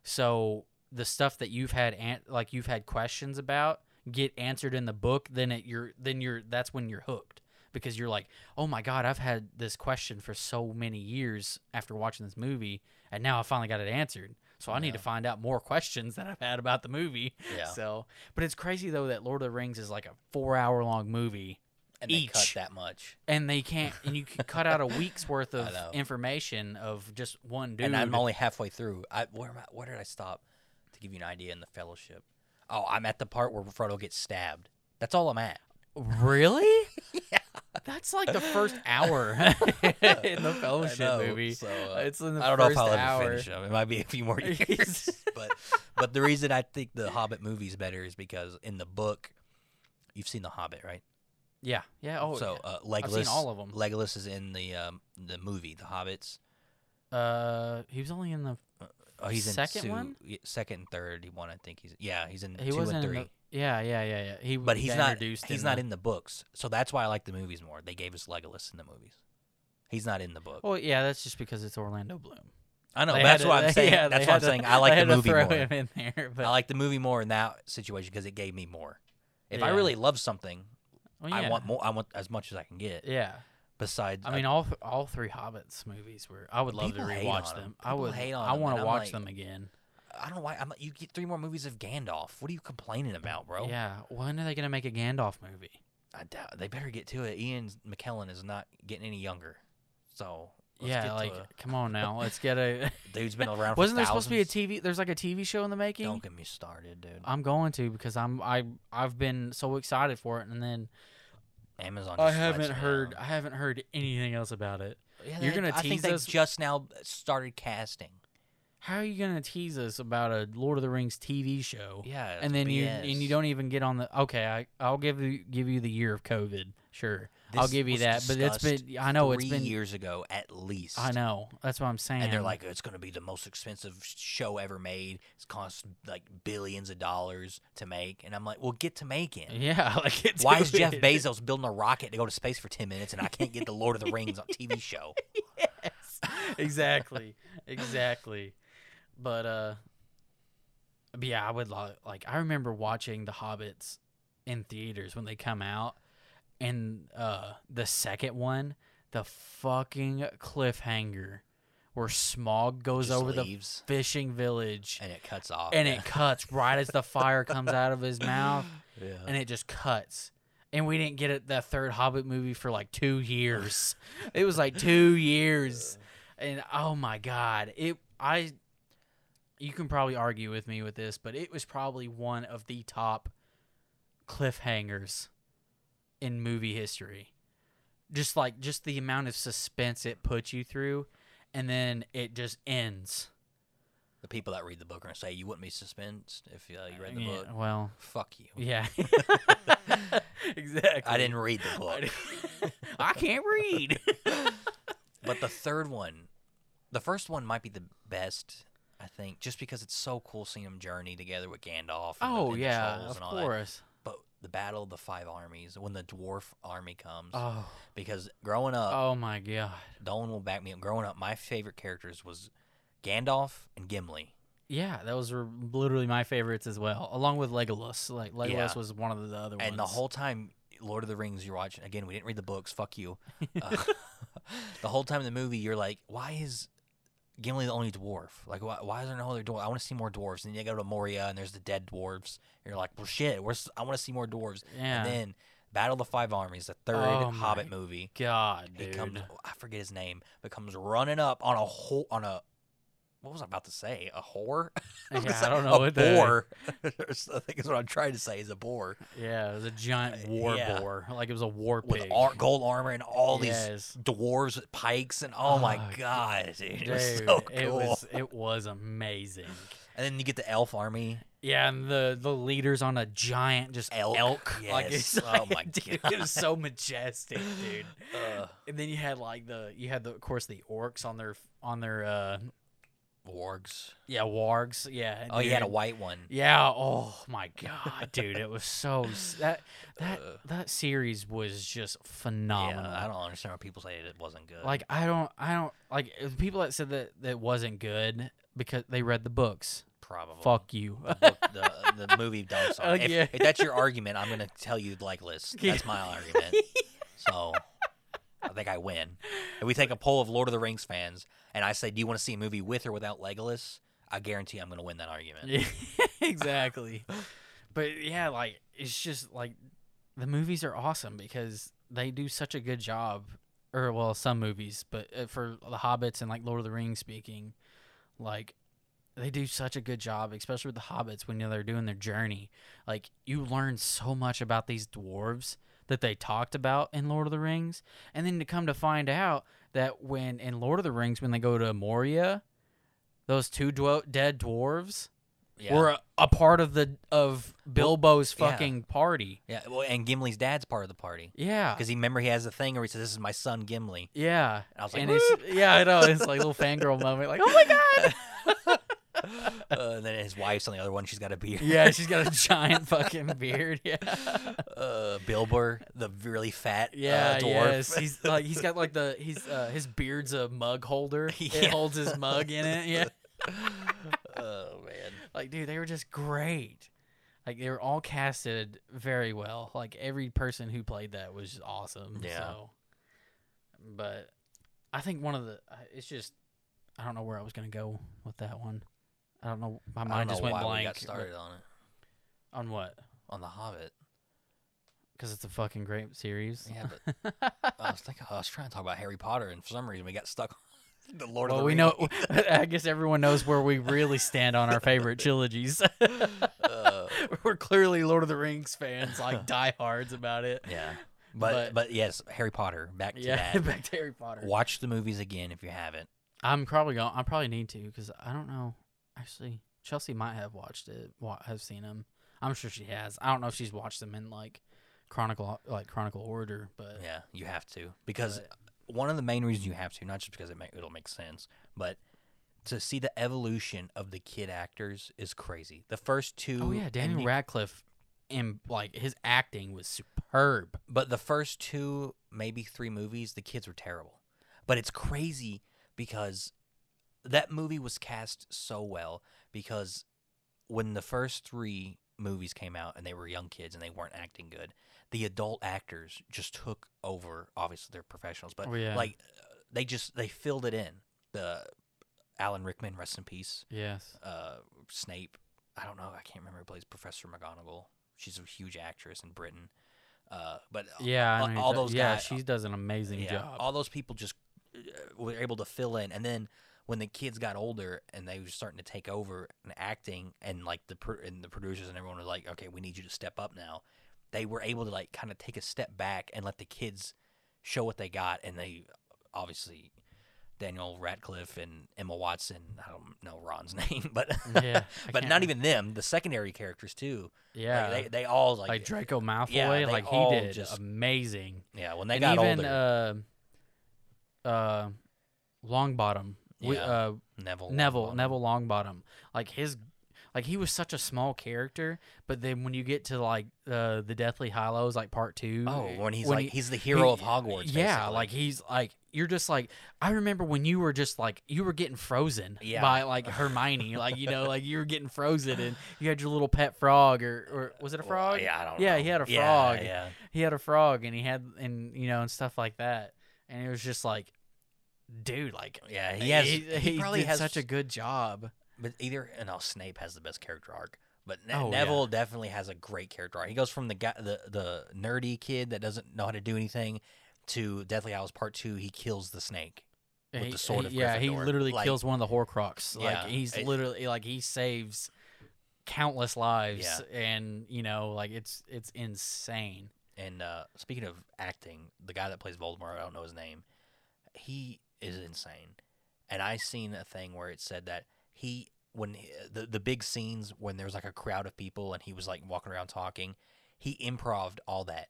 so the stuff that you've had an, like you've had questions about get answered in the book then it you're then you're that's when you're hooked because you're like oh my god i've had this question for so many years after watching this movie and now i finally got it answered so i need to
Yeah.
find out more questions that i've had about the movie
yeah,
so but it's crazy though that lord of the rings is like a four hour long movie
and they cut
each-
that much.
and they can't and you can cut out a week's worth
I
of
know.
information of just one dude
And I'm only halfway through. I where am I, where did I stop? To give you an idea in the Fellowship. Oh, I'm at the part where Frodo gets stabbed. That's all I'm at.
really that's like the first hour in the
I
fellowship
know,
movie
So, uh,
it's in the
I don't know
first
if I'll
hour
ever finish them. It might be a few more years, but but the reason I think the Hobbit movie's better is because in the book, you've seen the Hobbit, right?
yeah yeah oh
so
so
uh, Legolas,
i've seen all of them
Legolas is in the um, the movie, The Hobbits.
uh he was only in the
Oh, he's in
Second
two-
one?
y- second and third one, I think he's. Yeah, he's in
he
two
wasn't
and three.
in the, yeah yeah yeah yeah he
but he's not. He's
introduced
not
the-
in the books, so that's why I like the movies more. They gave us Legolas in the movies. He's not in the book.
well yeah that's just because it's orlando bloom
I know.
They
That's
had
what
to-
I'm
they-
saying.
yeah, they
that's what I'm
had to-
saying. I
they
like
had
the
to
movie
throw
more.
him in there but
I like the movie more in that situation because it gave me more. If I
Yeah.
really love something,
well,
I
yeah.
want more. I want as much as I can get.
yeah
Besides,
I mean, all th- all three Hobbits movies were. I would love to
People hate
rewatch
on 'em.
them. I
People
would.
hate on
I
'em,
want
and
to
I'm
watch
like,
them again.
I don't know why. I'm, you get three more movies of Gandalf. What are you complaining about, bro?
Yeah. When are they gonna make a Gandalf movie?
I doubt they better get to it. Ian McKellen is not getting any younger, so let's get
yeah.
to
Like,
a-
come on now. Let's get a.
dude's been around. for
Wasn't there supposed to be a
thousands.
TV? There's like a TV show in the making.
Don't get me started, dude.
I'm going to because I'm I I've been so excited for it, and then
Amazon.
I
just lets
haven't
me
heard
down.
I haven't heard anything else about it.
Yeah,
you're
they-
gonna
I think
tease
they
us-
just now started casting.
How are you gonna tease us about a Lord of the Rings TV show?
Yeah, it's
And then you and
BS.
you don't even get on the okay. I I'll give you give you the year of COVID. Sure, I'll
This
give you
was
that. But it's
discussed
been I know it's
three
been
years ago at least.
I know. That's what I'm saying.
And they're like, it's going to be the most expensive show ever made. It's cost like billions of dollars to make. And I'm like, well, get to making.
yeah, like it's
Why is Jeff Bezos building a rocket to go to space for 10 minutes and I can't get the Lord of the Rings on TV show?
exactly, exactly. But uh, but yeah, I would lo- like. I remember watching The Hobbits in theaters when they come out, and uh, the second one, the fucking cliffhanger, where Smog goes
Just
over
leaves
the fishing village,
and it cuts off.
and it cuts right as the fire comes out of his mouth.
yeah.
and it just cuts. and we didn't get it that third Hobbit movie for like two years. it was like two years, and oh my god, it I. You can probably argue with me with this, but it was probably one of the top cliffhangers in movie history. Just like just the amount of suspense it puts you through, and then it just ends.
The people that read the book are gonna say you wouldn't be suspensed if uh, you read the
Yeah,
book.
Well,
Fuck you.
yeah, exactly.
I didn't read the book.
I can't read.
But the third one, the first one might be the best, I think, just because it's so cool seeing them journey together with Gandalf. And the,
oh
and the
yeah,
trolls
of
and all
course.
That. But the battle of the five armies when the dwarf army comes,
Oh,
because growing up,
oh my god.
Dolan will back me up. Growing up, my favorite characters was Gandalf and Gimli.
Yeah, those were literally my favorites as well, along with Legolas. Like Legolas
Yeah.
was one of the other ones.
And the whole time, Lord of the Rings, you're watching again. We didn't read the books. Fuck you. Uh, the whole time in the movie, you're like, why is Gimli the only dwarf? Like, why, why is there no other dwarf? I want to see more dwarves. And then you go to Moria, and there's the dead dwarves. And you're like, well, shit. Where's I want to see more dwarves.
yeah.
And then Battle of the Five Armies, the third
Oh
Hobbit movie.
god,
He
dude.
comes. I forget his name, but comes running up on a whole on a. What was I about to say? A whore? was gonna
Yeah,
say
I don't
a
know what the-
boar. Or something is what I'm trying to say is a boar
Yeah, it was a giant
Uh,
war
yeah.
boar. Like it was a war pig.
with ar- gold armor and all these
yes.
dwarves with pikes and oh, my
Oh,
god, dude,
Dude,
it was so cool.
it was it was amazing.
and then you get the elf army.
Yeah, and the the leaders on a giant just
Elk,
elk. like it's
yes. Oh,
like,
my
dude, it was so majestic, dude.
Uh,
And then you had like the you had the of course the orcs on their on their uh
wargs.
yeah wargs yeah.
Oh, you had a
dude.
white one.
Yeah. Oh my god, dude, it was so s- that that
Uh.
that series was just phenomenal.
Yeah, I don't understand why people say it wasn't good.
like I don't I don't like uh, people that said that that wasn't good because they read the books.
probably
Fuck you.
The, book, the, the movie dumps on.
Oh,
it. if,
yeah.
if that's your argument, I'm gonna tell you like list.
Yeah.
That's my argument. So. I think I win. If we take a poll of Lord of the Rings fans, and I say, "Do you want to see a movie with or without Legolas?" I guarantee I'm going to win that argument.
Yeah, exactly. but yeah, like it's just like the movies are awesome because they do such a good job. Or well, some movies, but uh, for the Hobbits and like Lord of the Rings speaking, like they do such a good job, especially with the Hobbits when you know, they're doing their journey. Like you learn so much about these dwarves that they talked about in Lord of the Rings, and then to come to find out that when in Lord of the Rings when they go to Moria, those two dw- dead dwarves
Yeah.
were a, a part of the of Bilbo's
yeah.
fucking party.
Yeah, well, and Gimli's dad's part of the party
Yeah.
because he remember he has a thing where he says, "This is my son Gimli."
Yeah.
And I was like,
and it's yeah, I know. It's like a little fangirl moment, like, oh my god.
uh, and then his wife's on the other one; she's got a beard.
Yeah, she's got a giant fucking beard. Yeah.
uh, Bilber, the really fat
Yeah,
uh, dwarf.
yes. He's like he's got like the he's uh, his beard's a mug holder.
Yeah.
It holds his mug in it. Yeah.
oh man,
Like, dude, they were just great. Like they were all casted very well. Like every person who played that was just awesome.
Yeah.
So. But I think one of the I- it's just I don't know where I was gonna go with that one. I don't know. My
I don't
mind just
know
went
why
blank.
We got
but-
started on it
on what?
on the Hobbit.
Because it's a fucking great series.
Yeah, but I was thinking I was trying to talk about Harry Potter, and for some reason we got stuck. on The Lord
well,
of the
we
Rings.
know. I guess everyone knows where we really stand on our favorite trilogies.
Uh,
We're clearly Lord of the Rings fans, like diehards about it.
yeah, but, but
But-
yes, Harry Potter. Back to
Yeah,
that.
back to Harry Potter.
Watch the movies again if you haven't.
I'm probably going. to I probably need to because I don't know. Actually, Chelsea might have watched it. Wa- have seen them. I'm sure she has. I don't know if she's watched them in like chronicle, like chronicle order, but
Yeah, you have to because one of the main reasons you have to, not just because it may, it'll make sense, but to see the evolution of the kid actors is crazy. The first two,
oh yeah,
and
Daniel
you-
Radcliffe, and like his acting was superb.
but the first two, maybe three movies, the kids were terrible. But it's crazy because that movie was cast so well because when the first three movies came out and they were young kids and they weren't acting good, the adult actors just took over. Obviously, they're professionals, but
Oh, yeah.
like uh, they just they filled it in. The Alan Rickman, rest in peace.
Yes.
Uh, Snape. I don't know. I can't remember. who Plays Professor McGonagall. She's a huge actress in Britain. Uh, but
Yeah, I
all,
know you're
all
ta-
those
yeah,
guys, uh,
she does an amazing
yeah,
job.
all those people just uh, were able to fill in, and then when the kids got older and they were starting to take over and acting, and like the pro- and the producers and everyone was like, okay, we need you to step up now. They were able to like kind of take a step back and let the kids show what they got, and they obviously Daniel Radcliffe and Emma Watson. I don't know Ron's name, but
yeah, I
but
can't
not
re-
even them. The secondary characters too.
yeah,
like, they they all like,
like, Draco Malfoy,
yeah, they
like he
all
did
just-
amazing.
yeah when they
and
got
even
older.
uh, uh, Longbottom, we,
Yeah.
uh,
Neville
Neville,
Longbottom.
Neville Longbottom, like his, like he was such a small character, but then when you get to like uh, the Deathly Hallows, like part two,
Oh, when he's like
he-
he's the hero of
He-
Hogwarts.
Yeah,
basically.
like he's like you're just like I remember when you were just like you were getting frozen
Yeah.
by like Hermione, like you know, like you were getting frozen and you had your little pet frog or or was it a
Well,
frog?
yeah, I don't.
Yeah,
know.
he had a
Yeah,
frog.
Yeah,
He had a frog and he had and you know and stuff like that, and it was just like, dude, like
yeah. He has.
he,
He,
he
probably
did
has
such a good job.
But either and no, Snape has the best character arc. But Ne-
Oh, yeah.
Neville definitely has a great character arc. He goes from the guy, the the nerdy kid that doesn't know how to do anything, to Deathly Hallows Part Two. He kills the snake. With
He-
the sword
he-
of
yeah, he
Gryffindor,
literally
like-
kills one of the Horcrux.
Yeah,
like he's
it-
literally like he saves countless lives, and you know, like it's it's insane.
And uh, speaking of acting, the guy that plays Voldemort, I don't know his name. He is insane. And I seen a thing where it said that he when he- the the big scenes when there was like a crowd of people and he was like walking around talking, he improved all that.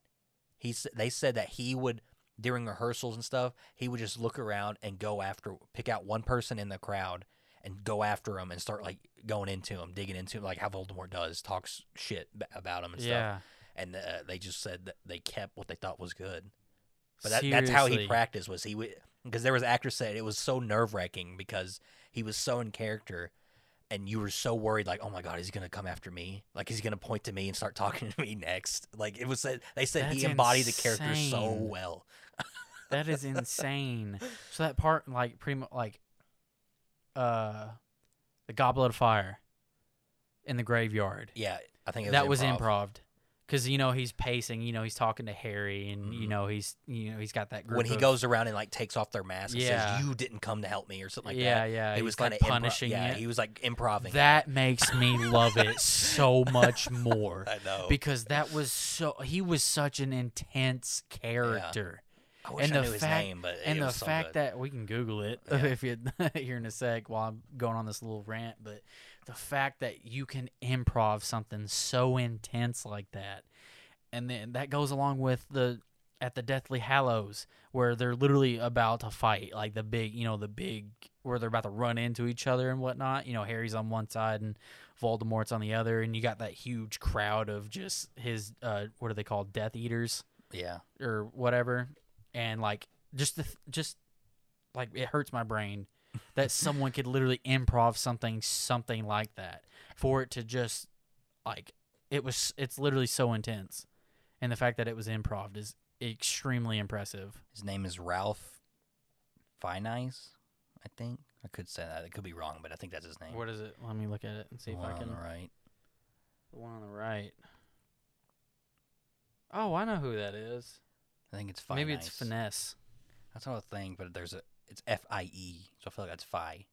He s- they said that he would during rehearsals and stuff, he would just look around and go after pick out one person in the crowd and go after him and start like going into him, digging into him, like how Voldemort does, talks shit b- about him and stuff
Yeah.
and uh, they just said that they kept what they thought was good. But that, that's how he
Seriously.
practiced was he because there was actors said it was so nerve wracking because he was so in character, and you were so worried like oh my god is he gonna come after me like is he gonna point to me and start talking to me next like it was said they said he
That's
embodied the character so
insane.
well
That is insane. so that part, like, pretty much, like, uh, the Goblet of Fire in the graveyard.
yeah I think it was
that was
improv.
improv. Cause you know he's pacing, you know he's talking to Harry, and you
Mhm.
know he's you know he's got that group
when he
of-
goes around and like takes off their mask and
Yeah.
says you didn't come to help me or something like
yeah,
that
yeah,
it
he's,
was kind
like
of
punishing
yeah
it.
he was like improving
that makes me love it so much more
I know
because that was so he was such an intense character.
I wish
and
I
the
knew his
fact-
name but it
and the
was so
fact
good.
that we can Google it
Yeah.
if you here in a sec while I'm going on this little rant, but the fact that you can improv something so intense like that, and then that goes along with the at the Deathly Hallows where they're literally about to fight, like the big, you know, the big where they're about to run into each other and whatnot. You know, Harry's on one side and Voldemort's on the other, and you got that huge crowd of just his uh, what are they called, Death Eaters
yeah
or whatever, and like just the th- just like it hurts my brain that someone could literally improv something something like that for it to just like it was it's literally so intense, and the fact that it was improv is extremely impressive.
His name is Ralph Fiennes, I think. I could say that. It could be wrong, but I think that's his name.
What is it? Let me look at it and see if
One
I
on
can.
the right.
The one on the right. Oh, I know who that is.
I think it's Fiennes.
Maybe it's finesse.
That's not a thing, but there's a. It's F I E, so I feel like that's Fi.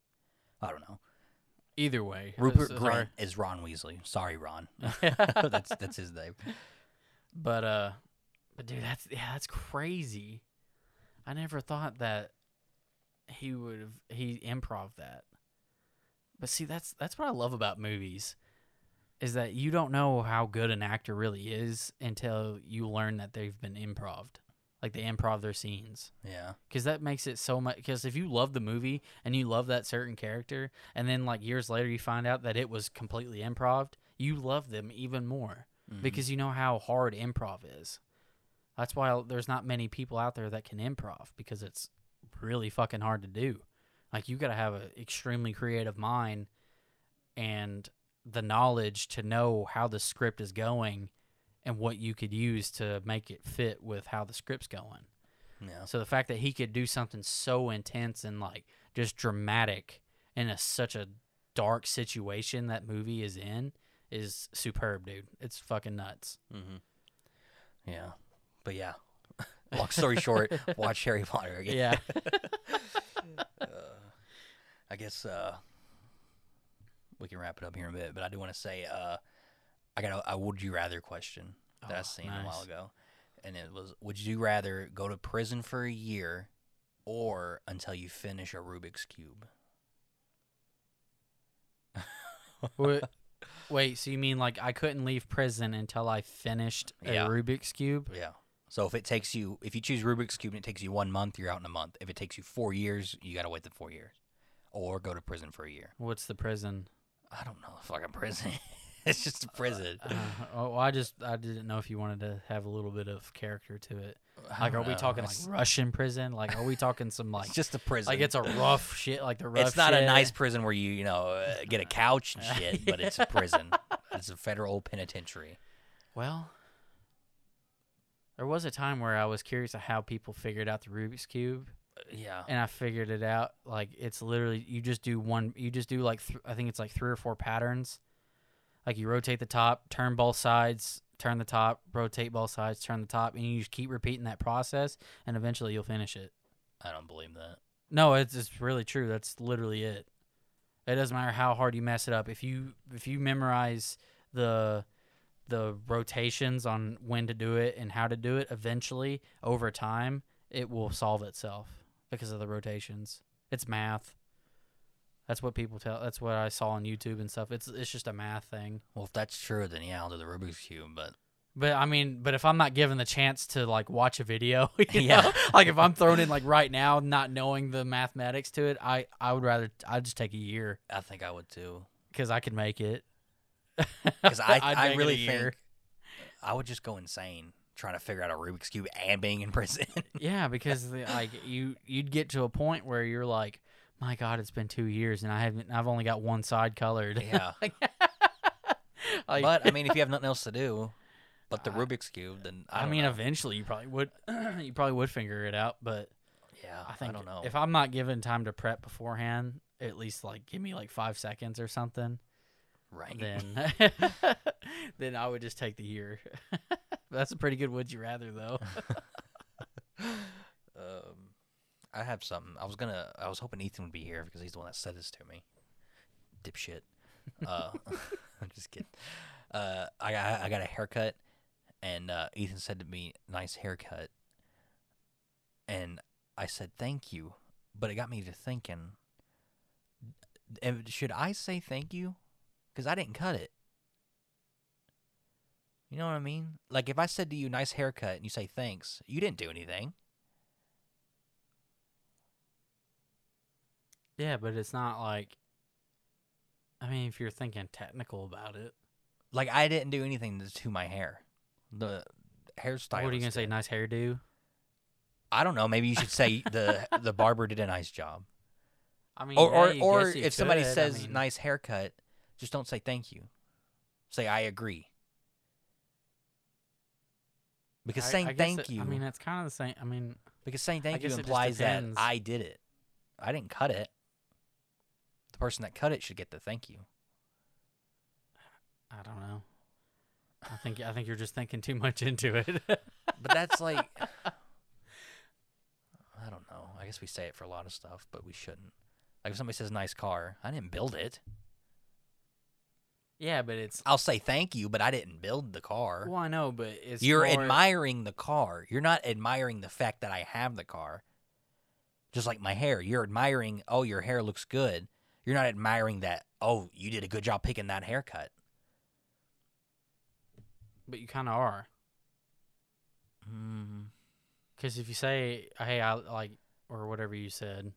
I don't know.
Either way,
Rupert
it's-
Grant is Ron Weasley. Sorry, Ron.
sorry.
that's that's his name.
But uh but dude, that's yeah, that's crazy. I never thought that he would have he improv that. But see, that's that's what I love about movies is that you don't know how good an actor really is until you learn that they've been improved. Like they improv their scenes
Yeah,
because that makes it so much because if you love the movie and you love that certain character and then like years later you find out that it was completely improv you love them even more
Mhm.
because you know how hard improv is that's why there's not many people out there that can improv because it's really fucking hard to do like you gotta have an extremely creative mind and the knowledge to know how the script is going and what you could use to make it fit with how the script's going
yeah,
so the fact that he could do something so intense and like just dramatic in a, such a dark situation that movie is in is superb, dude. It's fucking nuts.
mm-hmm. yeah. But yeah, long story short, watch Harry Potter again.
Yeah.
Uh, I guess uh, we can wrap it up here in a bit, but I do want to say uh, I got a, a would you rather question that I
Oh,
seen a while
nice.
ago, and it was would you rather go to prison for a year or until you finish a Rubik's cube?
Wha- Wait, so you mean like I couldn't leave prison until I finished a
Yeah.
Rubik's cube?
Yeah. So if it takes you, if you choose Rubik's cube and it takes you one month, you're out in a month. If it takes you four years, you gotta wait the four years, or go to prison for a year.
What's the prison?
I don't know the fucking prison. it's just a prison.
Uh, oh, I just I didn't know if you wanted to have a little bit of character to it.
I
Like, are
don't
we
know.
talking like
It's-
Russian prison? Like, are we talking some like
it's just a prison.
like it's a rough shit? Like the rough.
It's not a
shit?
nice prison where you you know uh, get a couch and
Uh,
shit, but it's a prison. It's a federal penitentiary.
Well, there was a time where I was curious of how people figured out the Rubik's cube,
Yeah.
and I figured it out. Like it's literally you just do one, you just do like th- I think it's like three or four patterns. Like you rotate the top, turn both sides, turn the top, rotate both sides, turn the top, and you just keep repeating that process, and eventually you'll finish it.
I don't believe that.
No, it's it's really true. That's literally it. It doesn't matter how hard you mess it up. If you if you memorize the the rotations on when to do it and how to do it, eventually over time it will solve itself because of the rotations. It's math. That's what people tell. That's what I saw on YouTube and stuff. It's it's just a math thing.
Well, if that's true, then yeah, I'll do the Rubik's cube. But
But I mean, but if I'm not given the chance to like watch a video, you
Yeah.
know? like if I'm thrown in like right now, not knowing the mathematics to it, I I would rather I'd just take a year
I think I would too,
because I could make it.
because I
I'd
I
make it a
really think
year.
I would just go insane trying to figure out a Rubik's cube and being in prison.
yeah, because the, like you you'd get to a point where you're like, my God, it's been two years and I haven't I've only got one side colored.
yeah.
Like-
But I mean, if you have nothing else to do, but the
I-
Rubik's cube, then I,
I
don't
mean,
know.
eventually you probably would you probably would figure it out, but
yeah,
I think
I don't know.
if I'm not given time to prep beforehand, at least like give me like five seconds or something,
right.
then then I would just take the year. That's a pretty good would you rather though.
um, I have something. I was gonna. I was hoping Ethan would be here because he's the one that said this to me. Dipshit. Uh, I'm just kidding. Uh, I got I got a haircut, and uh, Ethan said to me, "Nice haircut," and I said, "Thank you," but it got me to thinking. "Am- Should I say thank you? Because I didn't cut it. You know what I mean? Like if I said to you, "Nice haircut," and you say thanks, you didn't do anything.
Yeah, but it's not like I mean, if you're thinking technical about it,
Like I didn't do anything to- to my hair. The hairstyle.
what are you gonna say? Nice hairdo.
I don't know. Maybe you should say the the barber did a nice job.
I mean,
Or
yeah,
or,
you
or
guess
if
you
somebody
could, I
says
mean-
nice haircut, just don't say thank you. Say I agree. Because
I-
saying
I guess
thank
it-
you
I mean, it's kind of the same. I mean,
because saying thank you
guess it just
implies that
depends.
I did it. I didn't cut it. The person that cut it should get the thank you.
I don't know. I think I think you're just thinking too much into it.
But that's like I don't know. I guess we say it for a lot of stuff, but we shouldn't. Like if somebody says nice car, I didn't build it.
yeah, but it's
I'll say thank you, but I didn't build the car.
Well, I know, but it's
You're
more-
admiring the car. You're not admiring the fact that I have the car. Just like my hair, you're admiring, oh, your hair looks good. You're not admiring that, oh, you did a good job picking that haircut.
but you kind of are
Mm,
because if you say, "Hey, I like," or whatever you said,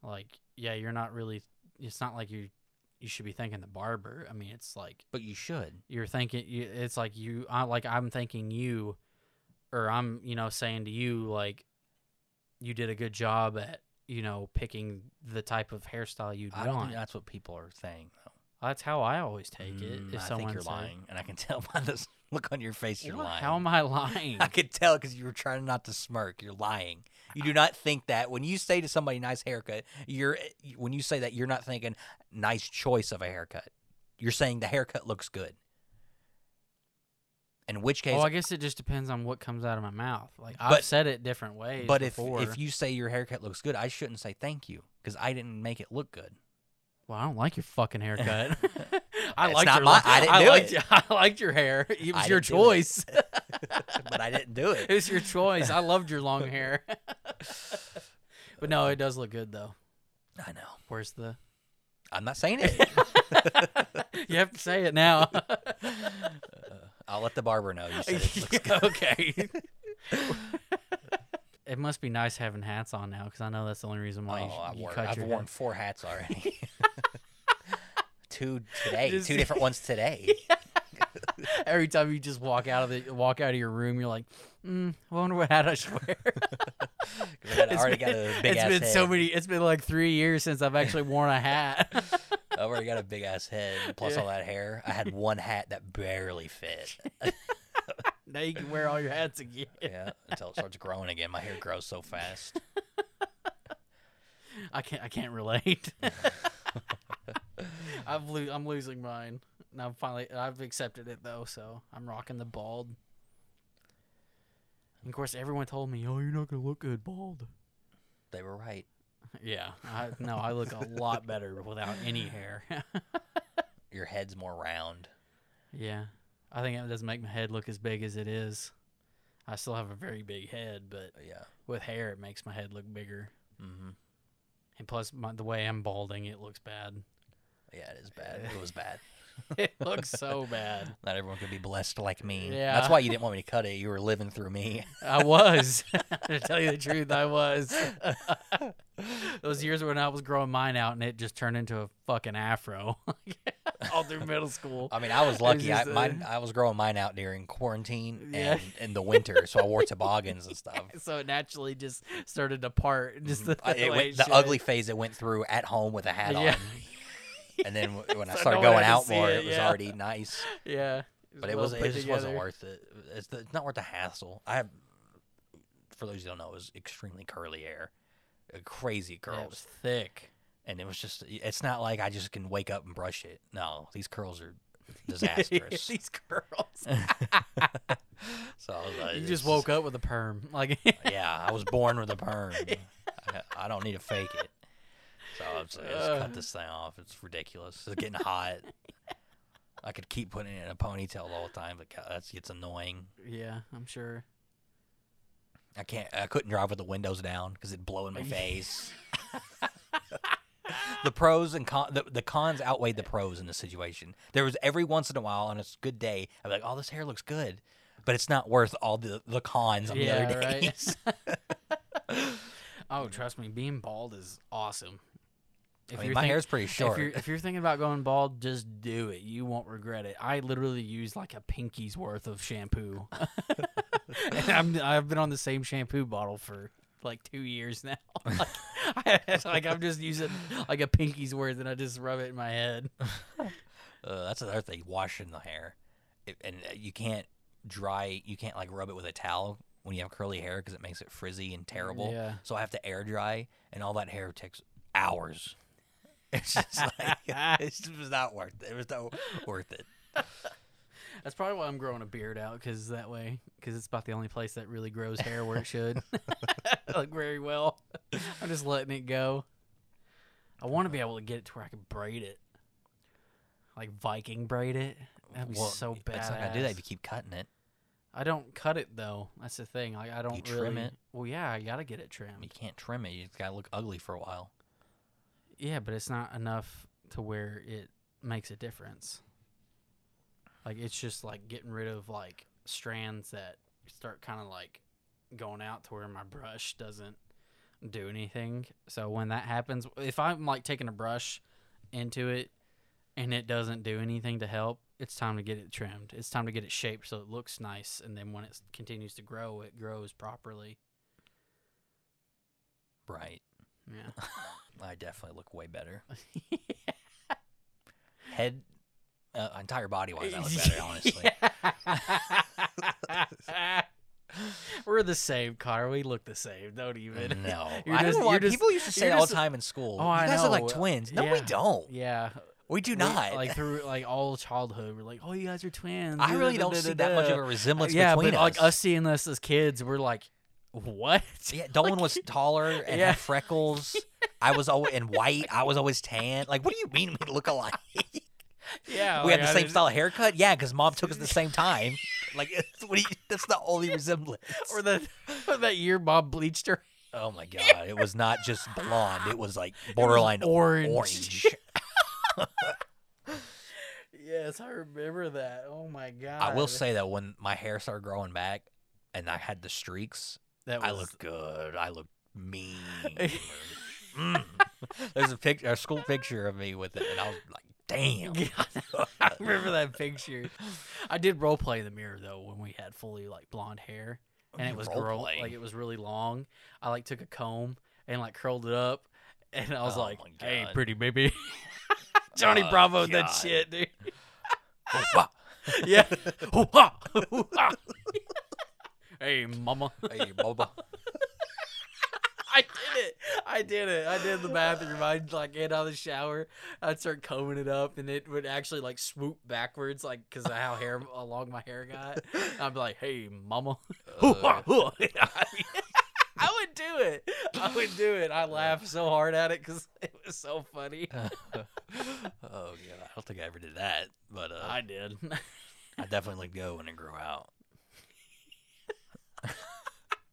like, yeah, you're not really. It's not like you you should be thanking the barber. I mean, it's like
but you should.
you're thinking. You, it's like you. I like I'm thanking you, or I'm you know saying to you like, you did a good job at you know picking the type of hairstyle you'd
I don't
want.
think that's what people are saying, though.
That's how I always take it.
Mm,
If
I
someone
think you're
said-
lying, and I can tell by this look on your face you're
What?
lying.
How am I lying?
I could tell because you were trying not to smirk. You're lying. You do not think that when you say to somebody "nice haircut," you're eh, when you say that you're not thinking "nice choice of a haircut." You're saying the haircut looks good, In which case,
Well, Oh, I guess it just depends on what comes out of my mouth. Like I've
But-
said it different ways.
but if
before.
if you say your haircut looks good, I shouldn't say thank you because I didn't make it look good.
well, I don't like your fucking haircut. I
It's
liked
not
your.
my- I didn't do
liked,
it.
I liked your hair. It was
I
your
didn't do it.
choice.
but I didn't do
it was your choice. I loved your long hair. but no, it does look good though.
I know.
Where's the?
I'm not saying it.
you have to say it now.
I'll let the barber know. You said it looks
Yeah, okay. it must be nice having hats on now because I know that's the only reason why
Oh, I
you, you
wore,
cut
I've
your
worn
hair.
four hats already. two today,
Just-
two different ones today.
Every time you just walk out of the walk out of your room, you're like, mm, I wonder what hat I should wear.
'Cause I already got
been-
a big
it's
ass
been
head.
so many. It's been like three years since I've actually worn a hat.
I already got a big ass head. and Plus
Yeah.
all that hair. I had one hat that barely fit.
now you can wear all your hats again.
Yeah, until it starts growing again. My hair grows so fast.
I can't. I can't relate. I've lo- I'm losing mine. And I'm finally. I've accepted it though, so I'm rocking the bald. And of course, everyone told me, "Oh, you're not gonna look good bald."
They were right.
Yeah. I, no, I look a lot better without any hair.
Your head's more round.
yeah. I think it doesn't make my head look as big as it is. I still have a very big head, but
Yeah.
with hair, it makes my head look bigger.
Mm-hmm.
And plus, my, the way I'm balding, it looks bad.
Yeah, it is bad. It was bad.
It looks so bad.
Not everyone could be blessed like me.
Yeah.
That's why you didn't want me to cut it. You were living through me.
I was. to tell you the truth, I was. Those years when I was growing mine out and it just turned into a fucking afro all through middle school.
I mean, I was lucky.
just, uh,
I, mine, I was growing mine out during quarantine
Yeah.
and in the winter, so I wore toboggans and stuff. Mm-hmm.
So it naturally just started to part. Just the,
Mm, I- it
way
went,
it
the
should.
ugly phase it went through at home with a hat
Yeah.
on, and then w- when I
So
started
no one
going
had to
out
see
more,
it,
it, was
yeah.
already nice.
Yeah.
But it
well
wasn't.
put
It just wasn't
together.
worth it. It's, the, it's not worth the hassle. I have, for those who don't know, it was extremely curly hair, uh, crazy
Yeah, it
curls,
was thick.
and it was just. It's not like I just can wake up and brush it. No, these curls are disastrous.
These curls.
so I was like,
you
this
just
is-
woke up with a perm. Like
Yeah, I was born with a perm. I, I don't need to fake it. So I'm just, like, just
Ugh.
cut this thing off. It's ridiculous. It's getting hot. I could keep putting it in a ponytail all the time, but God, that's gets annoying.
Yeah, I'm sure.
I can't. I couldn't drive with the windows down because it'd blow in my
Yeah.
face. the pros and con, the, the cons outweighed the pros in this situation. There was every once in a while on a s- good day, I'd be like, "Oh, this hair looks good," but it's not worth all the the cons on
yeah,
the other days.
right. oh, trust me, being bald is awesome. If
I mean,
you're
my
think-
hair's pretty short.
If you're, if you're thinking about going bald, just do it. You won't regret it. I literally use like a pinky's worth of shampoo. and I'm, I've been on the same shampoo bottle for like two years now. Like, I, it's like I'm just using like a pinky's worth and I just rub it in my head.
Uh, that's another thing. Washing the hair, it, and uh, you can't dry. You can't like rub it with a towel when you have curly hair because it makes it frizzy and terrible.
Yeah.
So I have to air dry, and all that hair takes hours. It's just like it's just was not worth it. It was not worth it.
That's probably why I'm growing a beard out because that way, because it's about the only place that really grows hair where it should. like very well. I'm just letting it go. I want to be able to get it to where I can braid it, like Viking braid it. That'd be
Well,
so bad.
It's not gonna do that if you keep cutting it.
I don't cut it though. That's the thing. Like I don't
You trim
really-
it.
Well, yeah, I gotta get it
You
trimmed.
can't trim it. You just gotta look ugly for a while.
Yeah, but it's not enough to where it makes a difference. Like it's just like getting rid of like strands that start kind of like going out to where my brush doesn't do anything. So when that happens, if I'm like taking a brush into it and it doesn't do anything to help, it's time to get it trimmed. It's time to get it shaped so it looks nice and then when it s- continues to grow, it grows properly.
Right.
Yeah.
I definitely look way better. Head, uh, entire body wise, I look better. Honestly.
We're the same, Connor. We look the same. Don't even.
No,
You're
I
just-
don't know why
you're just-
people used to say
you're
it all
just-
the time in school.
Oh,
you
I
guys look
know.
like twins. No, we
Yeah.
don't.
Yeah.
We do
We-
not.
like through like all childhood. We're like, oh, you guys are twins.
I really don't see that much of a
da-da-da-da-da."
resemblance
yeah,
between
but
us.
like us seeing this as kids, we're like, what?
Yeah, Dolan was taller and
Yeah.
had freckles. I was always and white. I was always tan. Like, what do you mean we look alike?
Oh, yeah,
we had
like,
the
I
same
just-
style of haircut. Yeah, because mom took us at the same time. Like, it's- what do you, that's the only resemblance.
Or that or that year Bob bleached her
oh my god, it was not just blonde. It was like borderline
orange.
orange.
Yes, I remember that. Oh my god.
I will say that when my hair started growing back and I had the streaks,
that
I looked good. I looked mean. Mm. There's a picture, a school picture of me with it, and I was like, damn.
I remember that picture. I did role play in the mirror though when we had fully like blonde hair and it was grow,
Role-playing.
like it was really long. I like took a comb and like curled it up and I was
Oh
like,
my
"Hey,
God.
pretty baby." Johnny
Oh,
Bravo that
God.
shit, dude.
Oh, wow.
Yeah. Hoo-ha, hoo-ha. hey, mama.
Hey, Boba.
I did it. I did it. I did the bathroom. I'd like get out of the shower. I'd start combing it up, and it would actually like swoop backwards, like because of how hair how long my hair got. I'd be like, "Hey, mama."
Uh,
I would do it. I would do it. I laughed so hard at it because it was so funny.
Uh, oh yeah, I don't think I ever did that, but uh, I,
I did.
definitely let go when it grew out.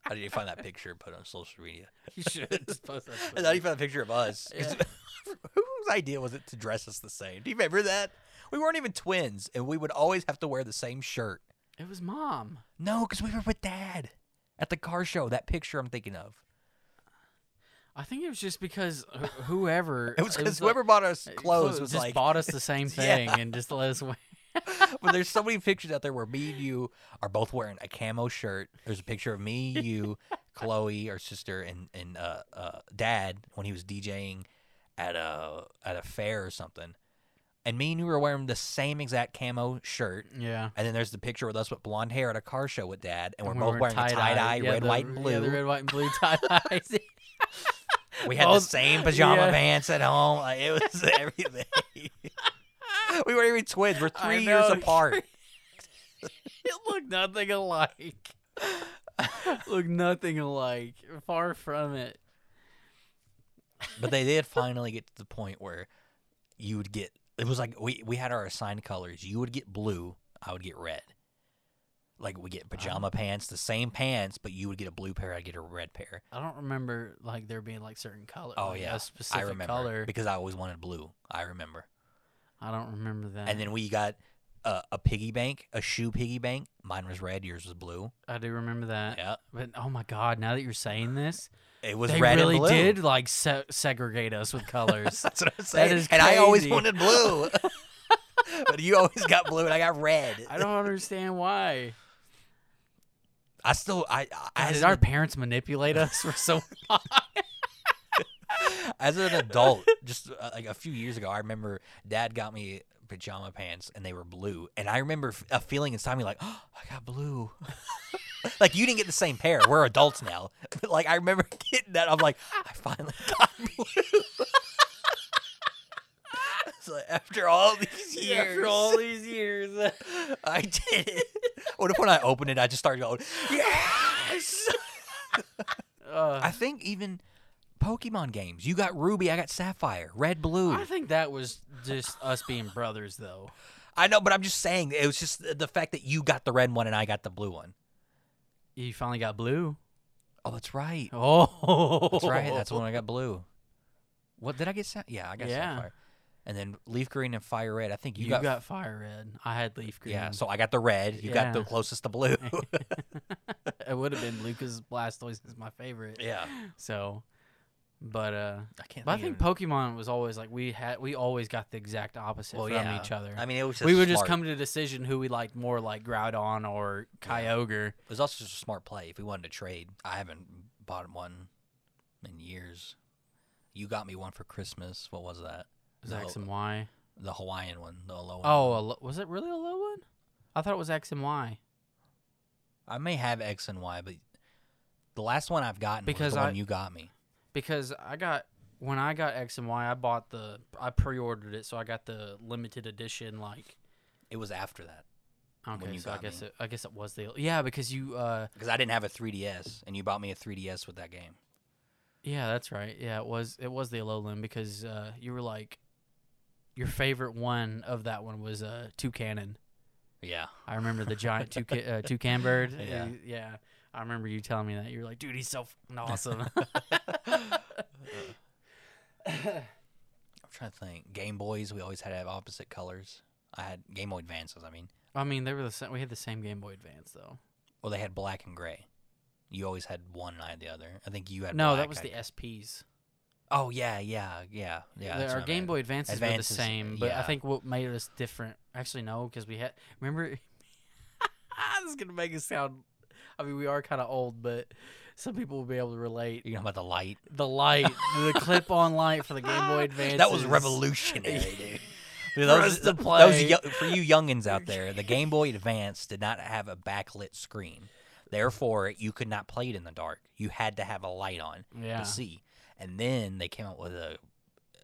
How did you find that picture and put it on social media?
You should just post that.
And how do you find a picture of us? 'Cause
Yeah.
whose idea was it to dress us the same? Do you remember that? We weren't even twins, and we would always have to wear the same shirt.
It was mom.
No, because we were with dad at the car show. That picture I'm thinking of.
I think it was just because wh- whoever
It was because
like-
whoever bought us
Uh,
clothes was
just
like,
bought us the same
Yeah.
thing and just let us wear.
but there's so many pictures out there where me and you are both wearing a camo shirt. There's a picture of me, you, Chloe, our sister, and and uh, uh, Dad when he was DJing at a at a fair or something. And me and you were wearing the same exact camo shirt.
Yeah.
And then there's the picture with us with blonde hair at a car show with Dad, and, we're both wearing tie dye,
Yeah,
red,
the-
white, and blue.
Yeah, the red, white, and blue tie dyes.
we had
both-
the same pajama
yeah.
pants at home. Like, it was everything. we weren't even twins. We're
I
three years
know.
apart.
it looked nothing alike. looked nothing alike. Far from it.
but they did finally get to the point where you would get it was like we we had our assigned colors you would get blue i would get red like we get pajama pants the same pants but you would get a blue pair i'd get a red pair
I don't remember like there being like certain color.
oh
like,
yeah
a specific
i remember
color.
because i always wanted blue i remember
I don't remember that.
and then we got a, a piggy bank a shoe piggy bank mine was red yours was blue
I do remember that.
yeah
But oh my god, now that you're saying this,
it was
they
red
really
and blue
did like se- segregate us with colors.
that's what i'm saying
is
and i always
crazy.
wanted blue but you always got blue and i got red
I don't understand why.
i still i, I
Did our parents manipulate us for so long?
As an adult, just uh, like a few years ago, I remember dad got me pajama pants and they were blue. And I remember f- a feeling inside me like, oh, I got blue. like, you didn't get the same pair. We're adults now. But like, I remember getting that. I'm like, I finally got blue. It's like, after all these years,
After all these years.
I did it. What if when I opened it, I just started going, yes? I
Uh,
think even Pokemon games. You got Ruby, I got Sapphire, Red, Blue.
I think that was just us being brothers, though.
I know, but I'm just saying it was just the- the fact that you got the red one and I got the blue one.
You finally got blue.
Oh, that's right.
Oh,
That's right. That's when I got blue. What did I get? Sa- yeah, I got
Yeah.
sapphire. And then leaf green and fire red. I think
You,
you, got,
got fire red. I had leaf green.
yeah. So I got the red. You got the
Yeah.
closest to blue.
it would have been blue because Blastoise is my favorite.
yeah.
So, but uh,
I can't.
but I think Pokemon was always like we had we always got the exact opposite
Well,
from
yeah.
each other.
I mean, it was. Just
we would just
smart.
come to a decision who we liked more, like Groudon or Kyogre.
It was also just a smart play. If we wanted to trade, I haven't bought one in years. You got me one for Christmas. What was that?
Is
No.
X and Y?
The Hawaiian one, the low one.
Oh, a lo- was it really a low one? I thought it was X and Y.
I may have X and Y, but the last one I've gotten because was
Because
the
I-
one you got me.
because I got when I got X and Y, I bought the I pre-ordered it, so I got the limited edition. Like,
It was after that
okay,
you
so I
got
guess
me.
it, I guess it was the yeah because you uh
because I didn't have a 3DS, and you bought me a 3DS with that game.
yeah that's right yeah it was it was the Alolan because uh you were like your favorite one of that one was uh two cannon.
Yeah.
I remember the giant two uh, toucan bird.
Yeah.
Uh, yeah. I remember you telling me that you were like, dude, he's so fucking awesome.
I'm trying to think. Game Boys, we always had to have opposite colors. I had Game Boy Advances. I mean,
I mean, they were the same. We had the same Game Boy Advance though.
well, they had black and gray. You always had one, and I had the other. I think you had.
No,
black,
that was
I-
the SPs.
Oh yeah, yeah, yeah, yeah.
The-
that's
our
what I
Game
meant.
Boy Advances,
Advances,
were the same, but I
yeah.
think what made us different. Actually, no, because we had. Remember, this is gonna make us sound. I mean, we are kind of old, but some people will be able to relate.
You know about the light?
The light, the clip-on light for the Game Boy Advance.
That was revolutionary, dude. Dude,
For
those,
us to
those
play.
yo- for you youngins out there, the Game Boy Advance did not have a backlit screen. Therefore, you could not play it in the dark. You had to have a light on
Yeah,
to see. And then they came out with a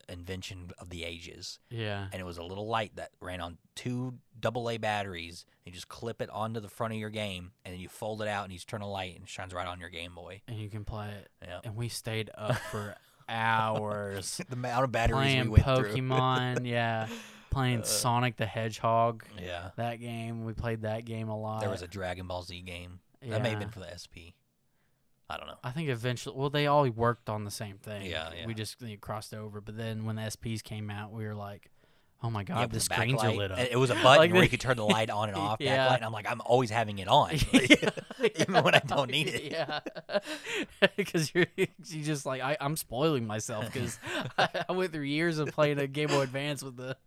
invention of the ages,
yeah,
and it was a little light that ran on two AA batteries. You just clip it onto the front of your game, and then you fold it out, and you just turn a light, and it shines right on your Game Boy.
and you can play it.
Yeah.
And we stayed up for hours
The amount of batteries
playing
we went
Pokemon. yeah, playing
Uh,
Sonic the Hedgehog.
through. Yeah.
That game, we played that game a lot.
There was a Dragon Ball Z game. That may have
Yeah.
been for the SP. I don't know.
I think eventually, well, they all worked on the same thing.
Yeah, yeah.
We just they crossed over. But then when the SPs came out, we were like, oh my
Yeah,
God,
with
the
the
screens are
backlight.
lit up.
And It was a button
Like
where
the-
you could turn the light on and off.
Yeah.
Backlight. And I'm like, I'm always having it on. even when I don't need it.
Yeah. Because you're, you just like, I, I'm spoiling myself because I, I went through years of playing a Game Boy Advance with the.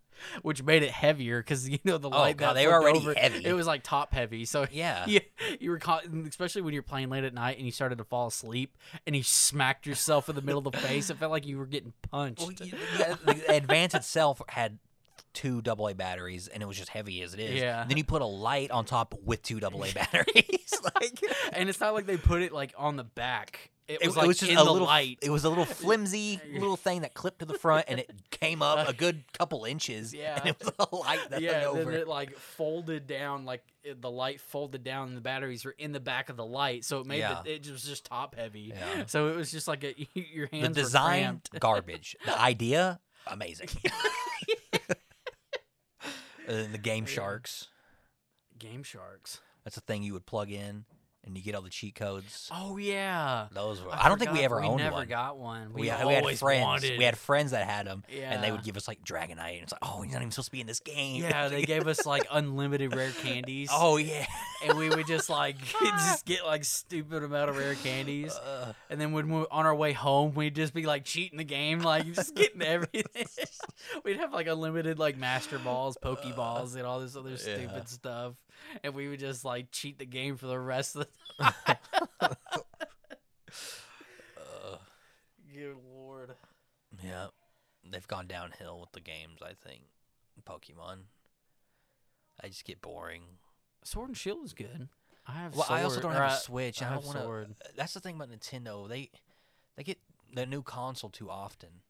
Which made it heavier because you know the
Oh,
light.
God,
that
they were
flipped
already
over,
heavy.
It was like top heavy, so
yeah.
yeah, you were caught, and especially when you're playing late at night and you started to fall asleep and you smacked yourself in the middle of the face. It felt like you were getting punched.
Well, y- yeah, the Advance itself had two AA batteries, and it was just heavy as it is.
Yeah.
then you put a light on top with two AA batteries. like
and it's not like they put it like on the back. It,
it,
was
it
like
was just
in
a
the
little.
light.
It was a little flimsy little thing that clipped to the front, and it came up a good couple inches.
Yeah.
and it was a light that
yeah,
thing
and
over.
then it like folded down, like it- the light folded down, and the batteries were in the back of the light, so it made
Yeah.
the, it was just top heavy.
Yeah.
So it was just like a, your
the
hands. were
design
cramped.
garbage. The idea amazing. and Uh, the game sharks.
Game Sharks.
That's a thing you would plug in, and you get all the cheat codes.
Oh yeah.
Those were. I, don't think we
forgot.
ever owned
never
one.
got one. We,
we, had- we
always
had friends.
wanted.
We had friends that had them,
yeah.
and they would give us like Dragonite, and it's like, oh, he's not even supposed to be in this game.
Yeah, they gave us like unlimited rare candies.
oh yeah.
and we would just like just get like stupid amount of rare candies.
Uh,
And then when we on our way home, we'd just be like cheating the game, like just getting everything. we'd have like unlimited like master balls, pokeballs, and all this other
Yeah.
stupid stuff. And we would just like cheat the game for the rest of the time.
uh,
Good lord.
yeah. They've gone downhill with the games. I think Pokemon. I just get boring.
Sword and Shield is good. I have
Well, I also
Sword- uh,
don't
or
have a
I-
Switch. I,
I
don't
have
want to.
Sword.
That's the thing about Nintendo. They they get their new console too often.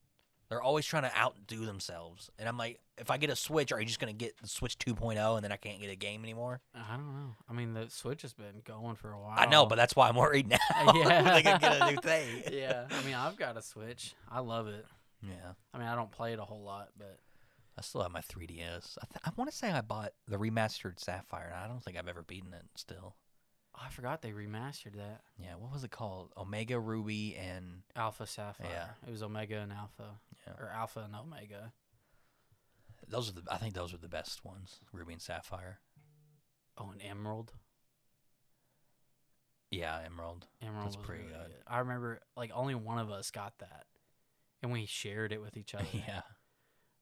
They're always trying to outdo themselves. And I'm like, if I get a Switch, are you just gonna get the Switch 2.0 and then I can't get a game anymore?
I don't know. I mean, the Switch has been going for a while.
I know, but that's why I'm worried now.
Yeah.
they can get a new thing.
yeah, I mean, I've got a Switch. I love it.
Yeah.
I mean, I don't play it a whole lot, but
I still have my 3DS. I, th- I want to say I bought the remastered Sapphire, and I don't think I've ever beaten it. Still.
I forgot they remastered that
Yeah. What was it called? Omega Ruby and
Alpha Sapphire.
Yeah.
it was Omega and Alpha,
Yeah.
or Alpha and Omega.
those are the. I think those were the best ones. Ruby and Sapphire.
Oh, and Emerald.
Yeah, Emerald.
Emerald
That's
was
pretty
really
good.
I remember like only one of us got that, and we shared it with each other.
yeah.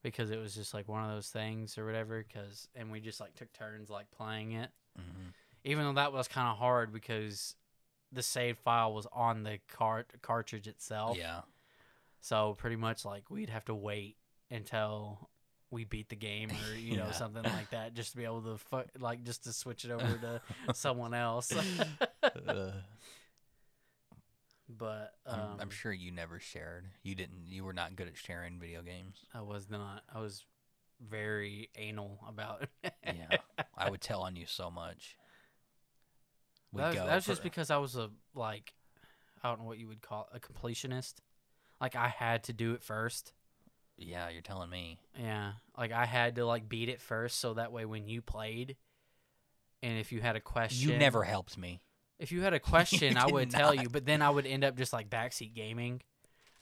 because it was just like one of those things or whatever. Because and we just like took turns like playing it.
Mm-hmm.
even though that was kind of hard because the save file was on the cart cartridge itself.
Yeah.
So pretty much like we'd have to wait until we beat the game or you know
Yeah.
something like that just to be able to fu- like just to switch it over to someone else.
Uh,
But um,
I'm, I'm sure you never shared. You didn't. You were not good at sharing video games.
I was not. I was very anal about. It.
Yeah, I would tell on you so much. We'd
that was, that was just
for-
because I was a like, I don't know what you would call it, a completionist. Like I had to do it first.
yeah, you're telling me.
Yeah, like I had to like beat it first, so that way when you played, and if you had a question,
You never helped me.
If you had a question, I
did
would tell you,
not.
but then I would end up just like backseat gaming.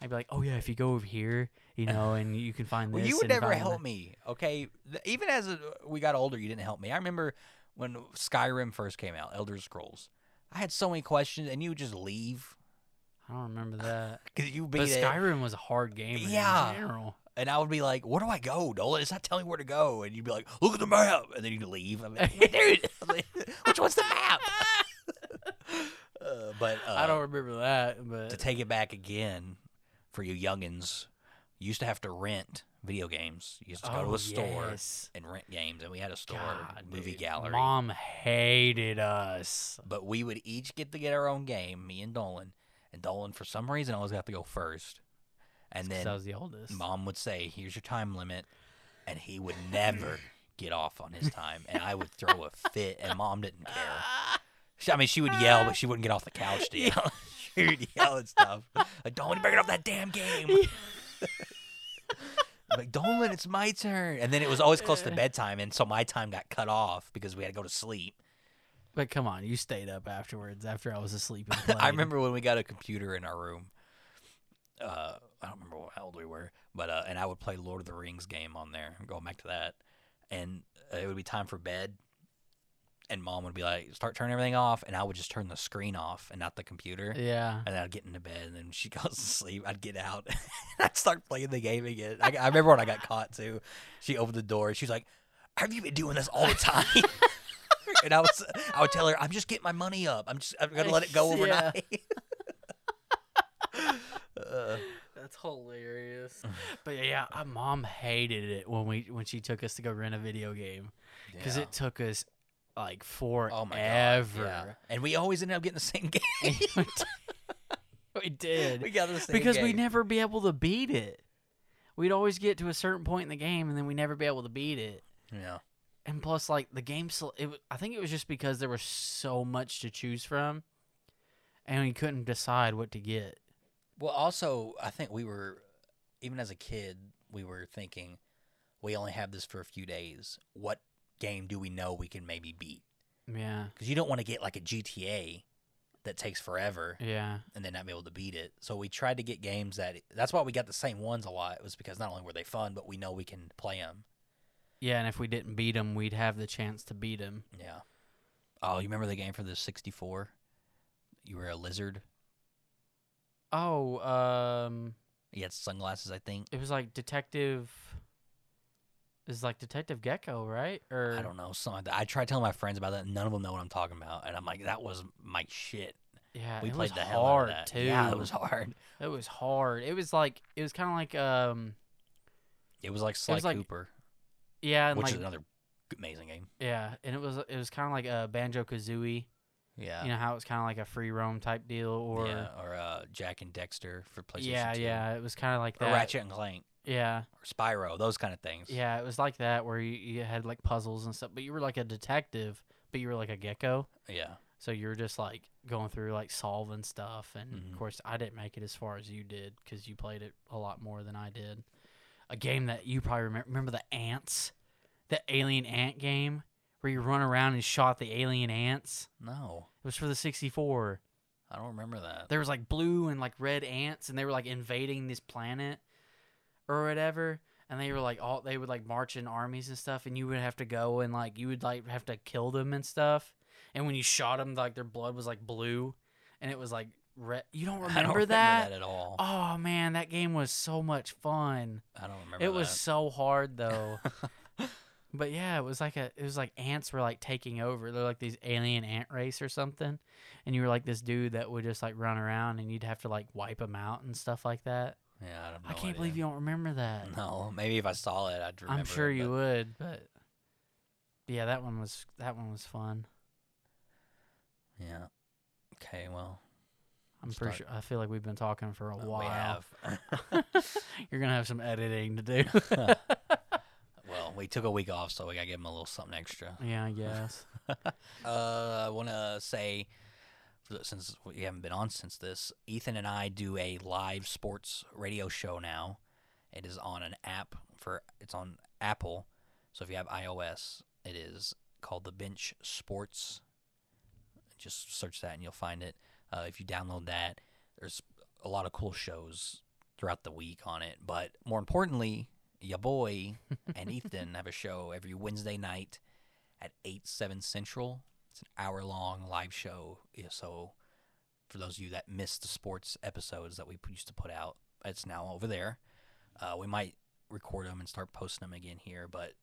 I'd be like, "Oh yeah, if you go over here, you know, and you can find this."
Well, you would
and
never
find
help
that."
me. Okay, Th- even as uh, we got older, you didn't help me. I remember when Skyrim first came out, Elder Scrolls. I had so many questions, and you would just leave
I don't remember that.
because you
but
beat it,
Skyrim was a hard game.
Yeah.
in general.
and I would be like, "Where do I go, Nolan? It's not telling me where to go." And you'd be like, "Look at the map," and then you'd leave. I'm like, "Dude, which one's the map?" uh, but uh,
I don't remember that,
to
but
take it back again for you youngins, you used to have to rent video games. You used to go to
Oh,
a store
yes.
and rent games, and we had a store,
God,
movie
dude.
gallery.
Mom hated us.
But we would each get to get our own game, me and Dolan. And Dolan, for some reason, always got to go first. And
Because
then
I was the oldest.
mom would say, Here's your time limit. And he would never get off on his time. And I would throw a fit, and mom didn't care. She- I mean, she would yell, but she wouldn't get off the couch to yell. she would yell and stuff. Like, Dolan, you better get off that damn game. I'm like, Dolan, it's my turn. And then it was always close to bedtime. And so my time got cut off because we had to go to sleep.
But come on, you stayed up afterwards after I was asleep. And
I
played.
remember when we got a computer in our room. Uh, I don't remember how old we were, but uh, and I would play Lord of the Rings game on there. Going back to that, and uh, it would be time for bed, and Mom would be like, "Start turning everything off," and I would just turn the screen off and not the computer.
Yeah.
And I'd get into bed, and then she goes to sleep. I'd get out, and I'd start playing the game again. I, I remember when I got caught too. She opened the door, and she's like, "Have you been doing this all the time?" and I was, I would tell her, "I'm just getting my money up. I'm just, I'm gonna let it go
Yeah.
overnight." uh,
That's hilarious. but yeah, our mom hated it when we when she took us to go rent a video game because
yeah.
it took us like forever.
oh my god, yeah. and we always ended up getting the same game.
we did
we got the same
because we'd
game.
never be able to beat it. We'd always get to a certain point in the game and then we'd never be able to beat it.
yeah,
And plus, like the game, sel- it, wa- I think it was just because there was so much to choose from, and we couldn't decide what to get.
Well, also, I think we were, even as a kid, we were thinking, we only have this for a few days. What game do we know we can maybe beat?
Yeah,
Because you don't want to get like a GTA that takes forever
yeah,
and then not be able to beat it. So we tried to get games that. That's why we got the same ones a lot. Was because not only were they fun, but we know we can play them.
yeah. And if we didn't beat him, we'd have the chance to beat him.
Yeah. Oh, you remember the game for the '64? You were a lizard.
Oh, um,
You had sunglasses, I think.
it was like Detective. It's like Detective Gecko, right? Or
I don't know. Something like that. I tried telling my friends about that. None of them know what I'm talking about, and I'm like, that was my shit.
yeah,
We
it
played
was
the hell out of
hard
that.
too.
Yeah, it was hard.
It was hard. It was like it was kind of like um,
It was like Sly
like-
Cooper,
yeah, and
which
like
is another g- amazing game.
yeah, and it was it was kind of like a Banjo Kazooie.
Yeah.
you know how it's kind of like a free roam type deal, or
yeah, or uh, Jack and Dexter for PlayStation
yeah,
2.
yeah, it was kind of like
Or
that.
Ratchet and Clank,
Yeah,
or Spyro, those kind of things.
yeah, it was like that where you, you had like puzzles and stuff, but you were like a detective, but you were like a gecko,
Yeah.
so you were just like going through like solving stuff. And
Mhm.
of course, I didn't make it as far as you did because you played it a lot more than I did. A game that you probably remember, remember the ants, the alien ant game where you run around and shot the alien ants.
No,
It was for the sixty four.
I don't remember that.
there was like blue and like red ants and they were like invading this planet or whatever and they were like all they would like march in armies and stuff and you would have to go and like you would like have to kill them and stuff and when you shot them like their blood was like blue and it was like red you don't remember,
I don't remember
that?
that at all.
oh man that game was so much fun
I don't remember.
it was so hard though but yeah it was like a it was like ants were like taking over they're like these alien ant race or something and you were like this dude that would just like run around and you'd have to like wipe them out and stuff like that
that. Yeah, I don't know.
i can't believe you don't remember that
No, maybe if I saw it, I'd remember.
i'm sure
it,
you
but-
would but yeah that one was that one was fun
Yeah. Okay, well,
I'm pretty sure.
Start.
I feel like we've been talking for a
Uh, We
while.
have.
You're gonna have some editing to do.
well, we took a week off, so we gotta give him a little something extra.
yeah, I guess.
Uh, I want to say, for the- since we haven't been on since this, Ethan and I do a live sports radio show now. It is on an app for it's on Apple, so if you have iOS, it is called the Bench Sports. Just search that and you'll find it. Uh, if you download that, there's a lot of cool shows throughout the week on it. But more importantly, your boy and Ethan have a show every Wednesday night at 8, 7 Central. It's an hour long live show. Yeah, So, for those of you that missed the sports episodes that we p- used to put out, it's now over there. Uh, we might record them and start posting them again here, but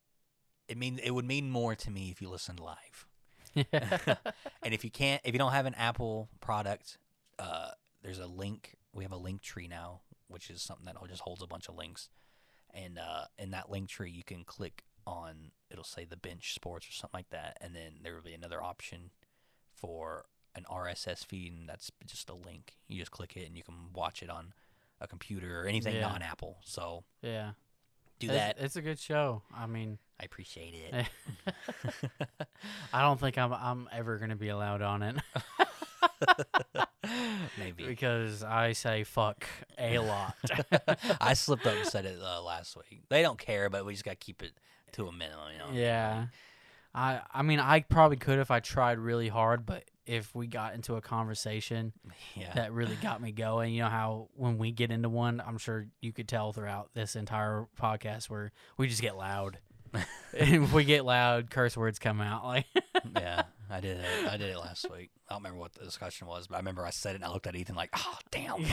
it mean it would mean more to me if you listened live. And if you can't, if you don't have an Apple product, uh, there's a link. We have a link tree now, which is something that just holds a bunch of links. And uh, in that link tree, you can click on. It'll say the bench sports or something like that, and then there will be another option for an RSS feed, and that's just a link. You just click it, and you can watch it on a computer or anything
Yeah.
non-Apple. So
yeah,
do
It's-
that.
It's, a good show. I mean,
I appreciate
Eh.
it.
I don't think I'm I'm ever gonna be allowed on it
Maybe
because I say fuck a lot.
I slipped up and said it uh, last week. They don't care, but we just got to keep it to a minimum. You know?
yeah, I I mean I probably could if I tried really hard, but if we got into a conversation
Yeah.
that really got me going. You know how when we get into one, I'm sure you could tell throughout this entire podcast where we just get loud. and if we get loud, curse words come out. Like
yeah, I did it. I did it last week. I don't remember what the discussion was, but I remember I said it and I looked at Ethan like, oh, damn.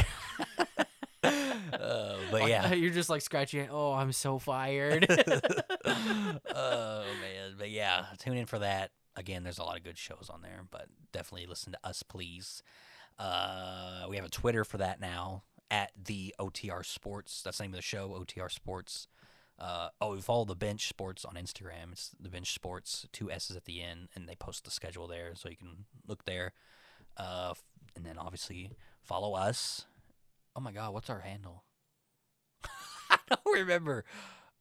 uh, but yeah.
you're just like scratching. your- Oh, I'm so fired.
oh, man. But yeah, tune in for that. Again, there's a lot of good shows on there, but definitely listen to us, please. Uh, we have a Twitter for that now at the OTR Sports. That's the name of the show, OTR Sports. Uh, oh, we follow the Bench Sports on Instagram. It's the Bench Sports, two S's at the end, and they post the schedule there, so you can look there. Uh, f- and then obviously follow us. Oh my God, what's our handle? I don't remember.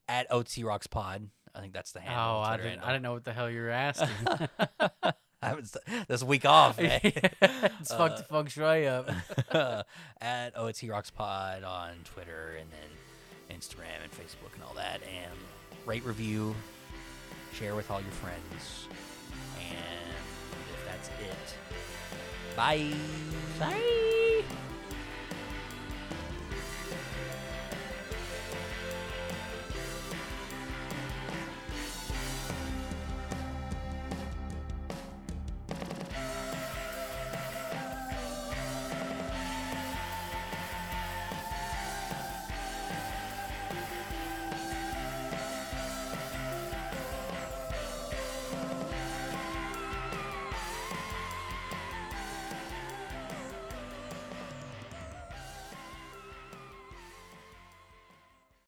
At OT Rocks Pod, I think that's the handle.
oh, I
Twitter
didn't.
handle.
I didn't know what the hell you were asking.
I haven't. st- This week off, man.
it's
Uh,
fucked the feng shui up.
at OT Rocks Pod on Twitter and then Instagram and Facebook and all that. And rate, review, share with all your friends. And that's it. Bye. Bye.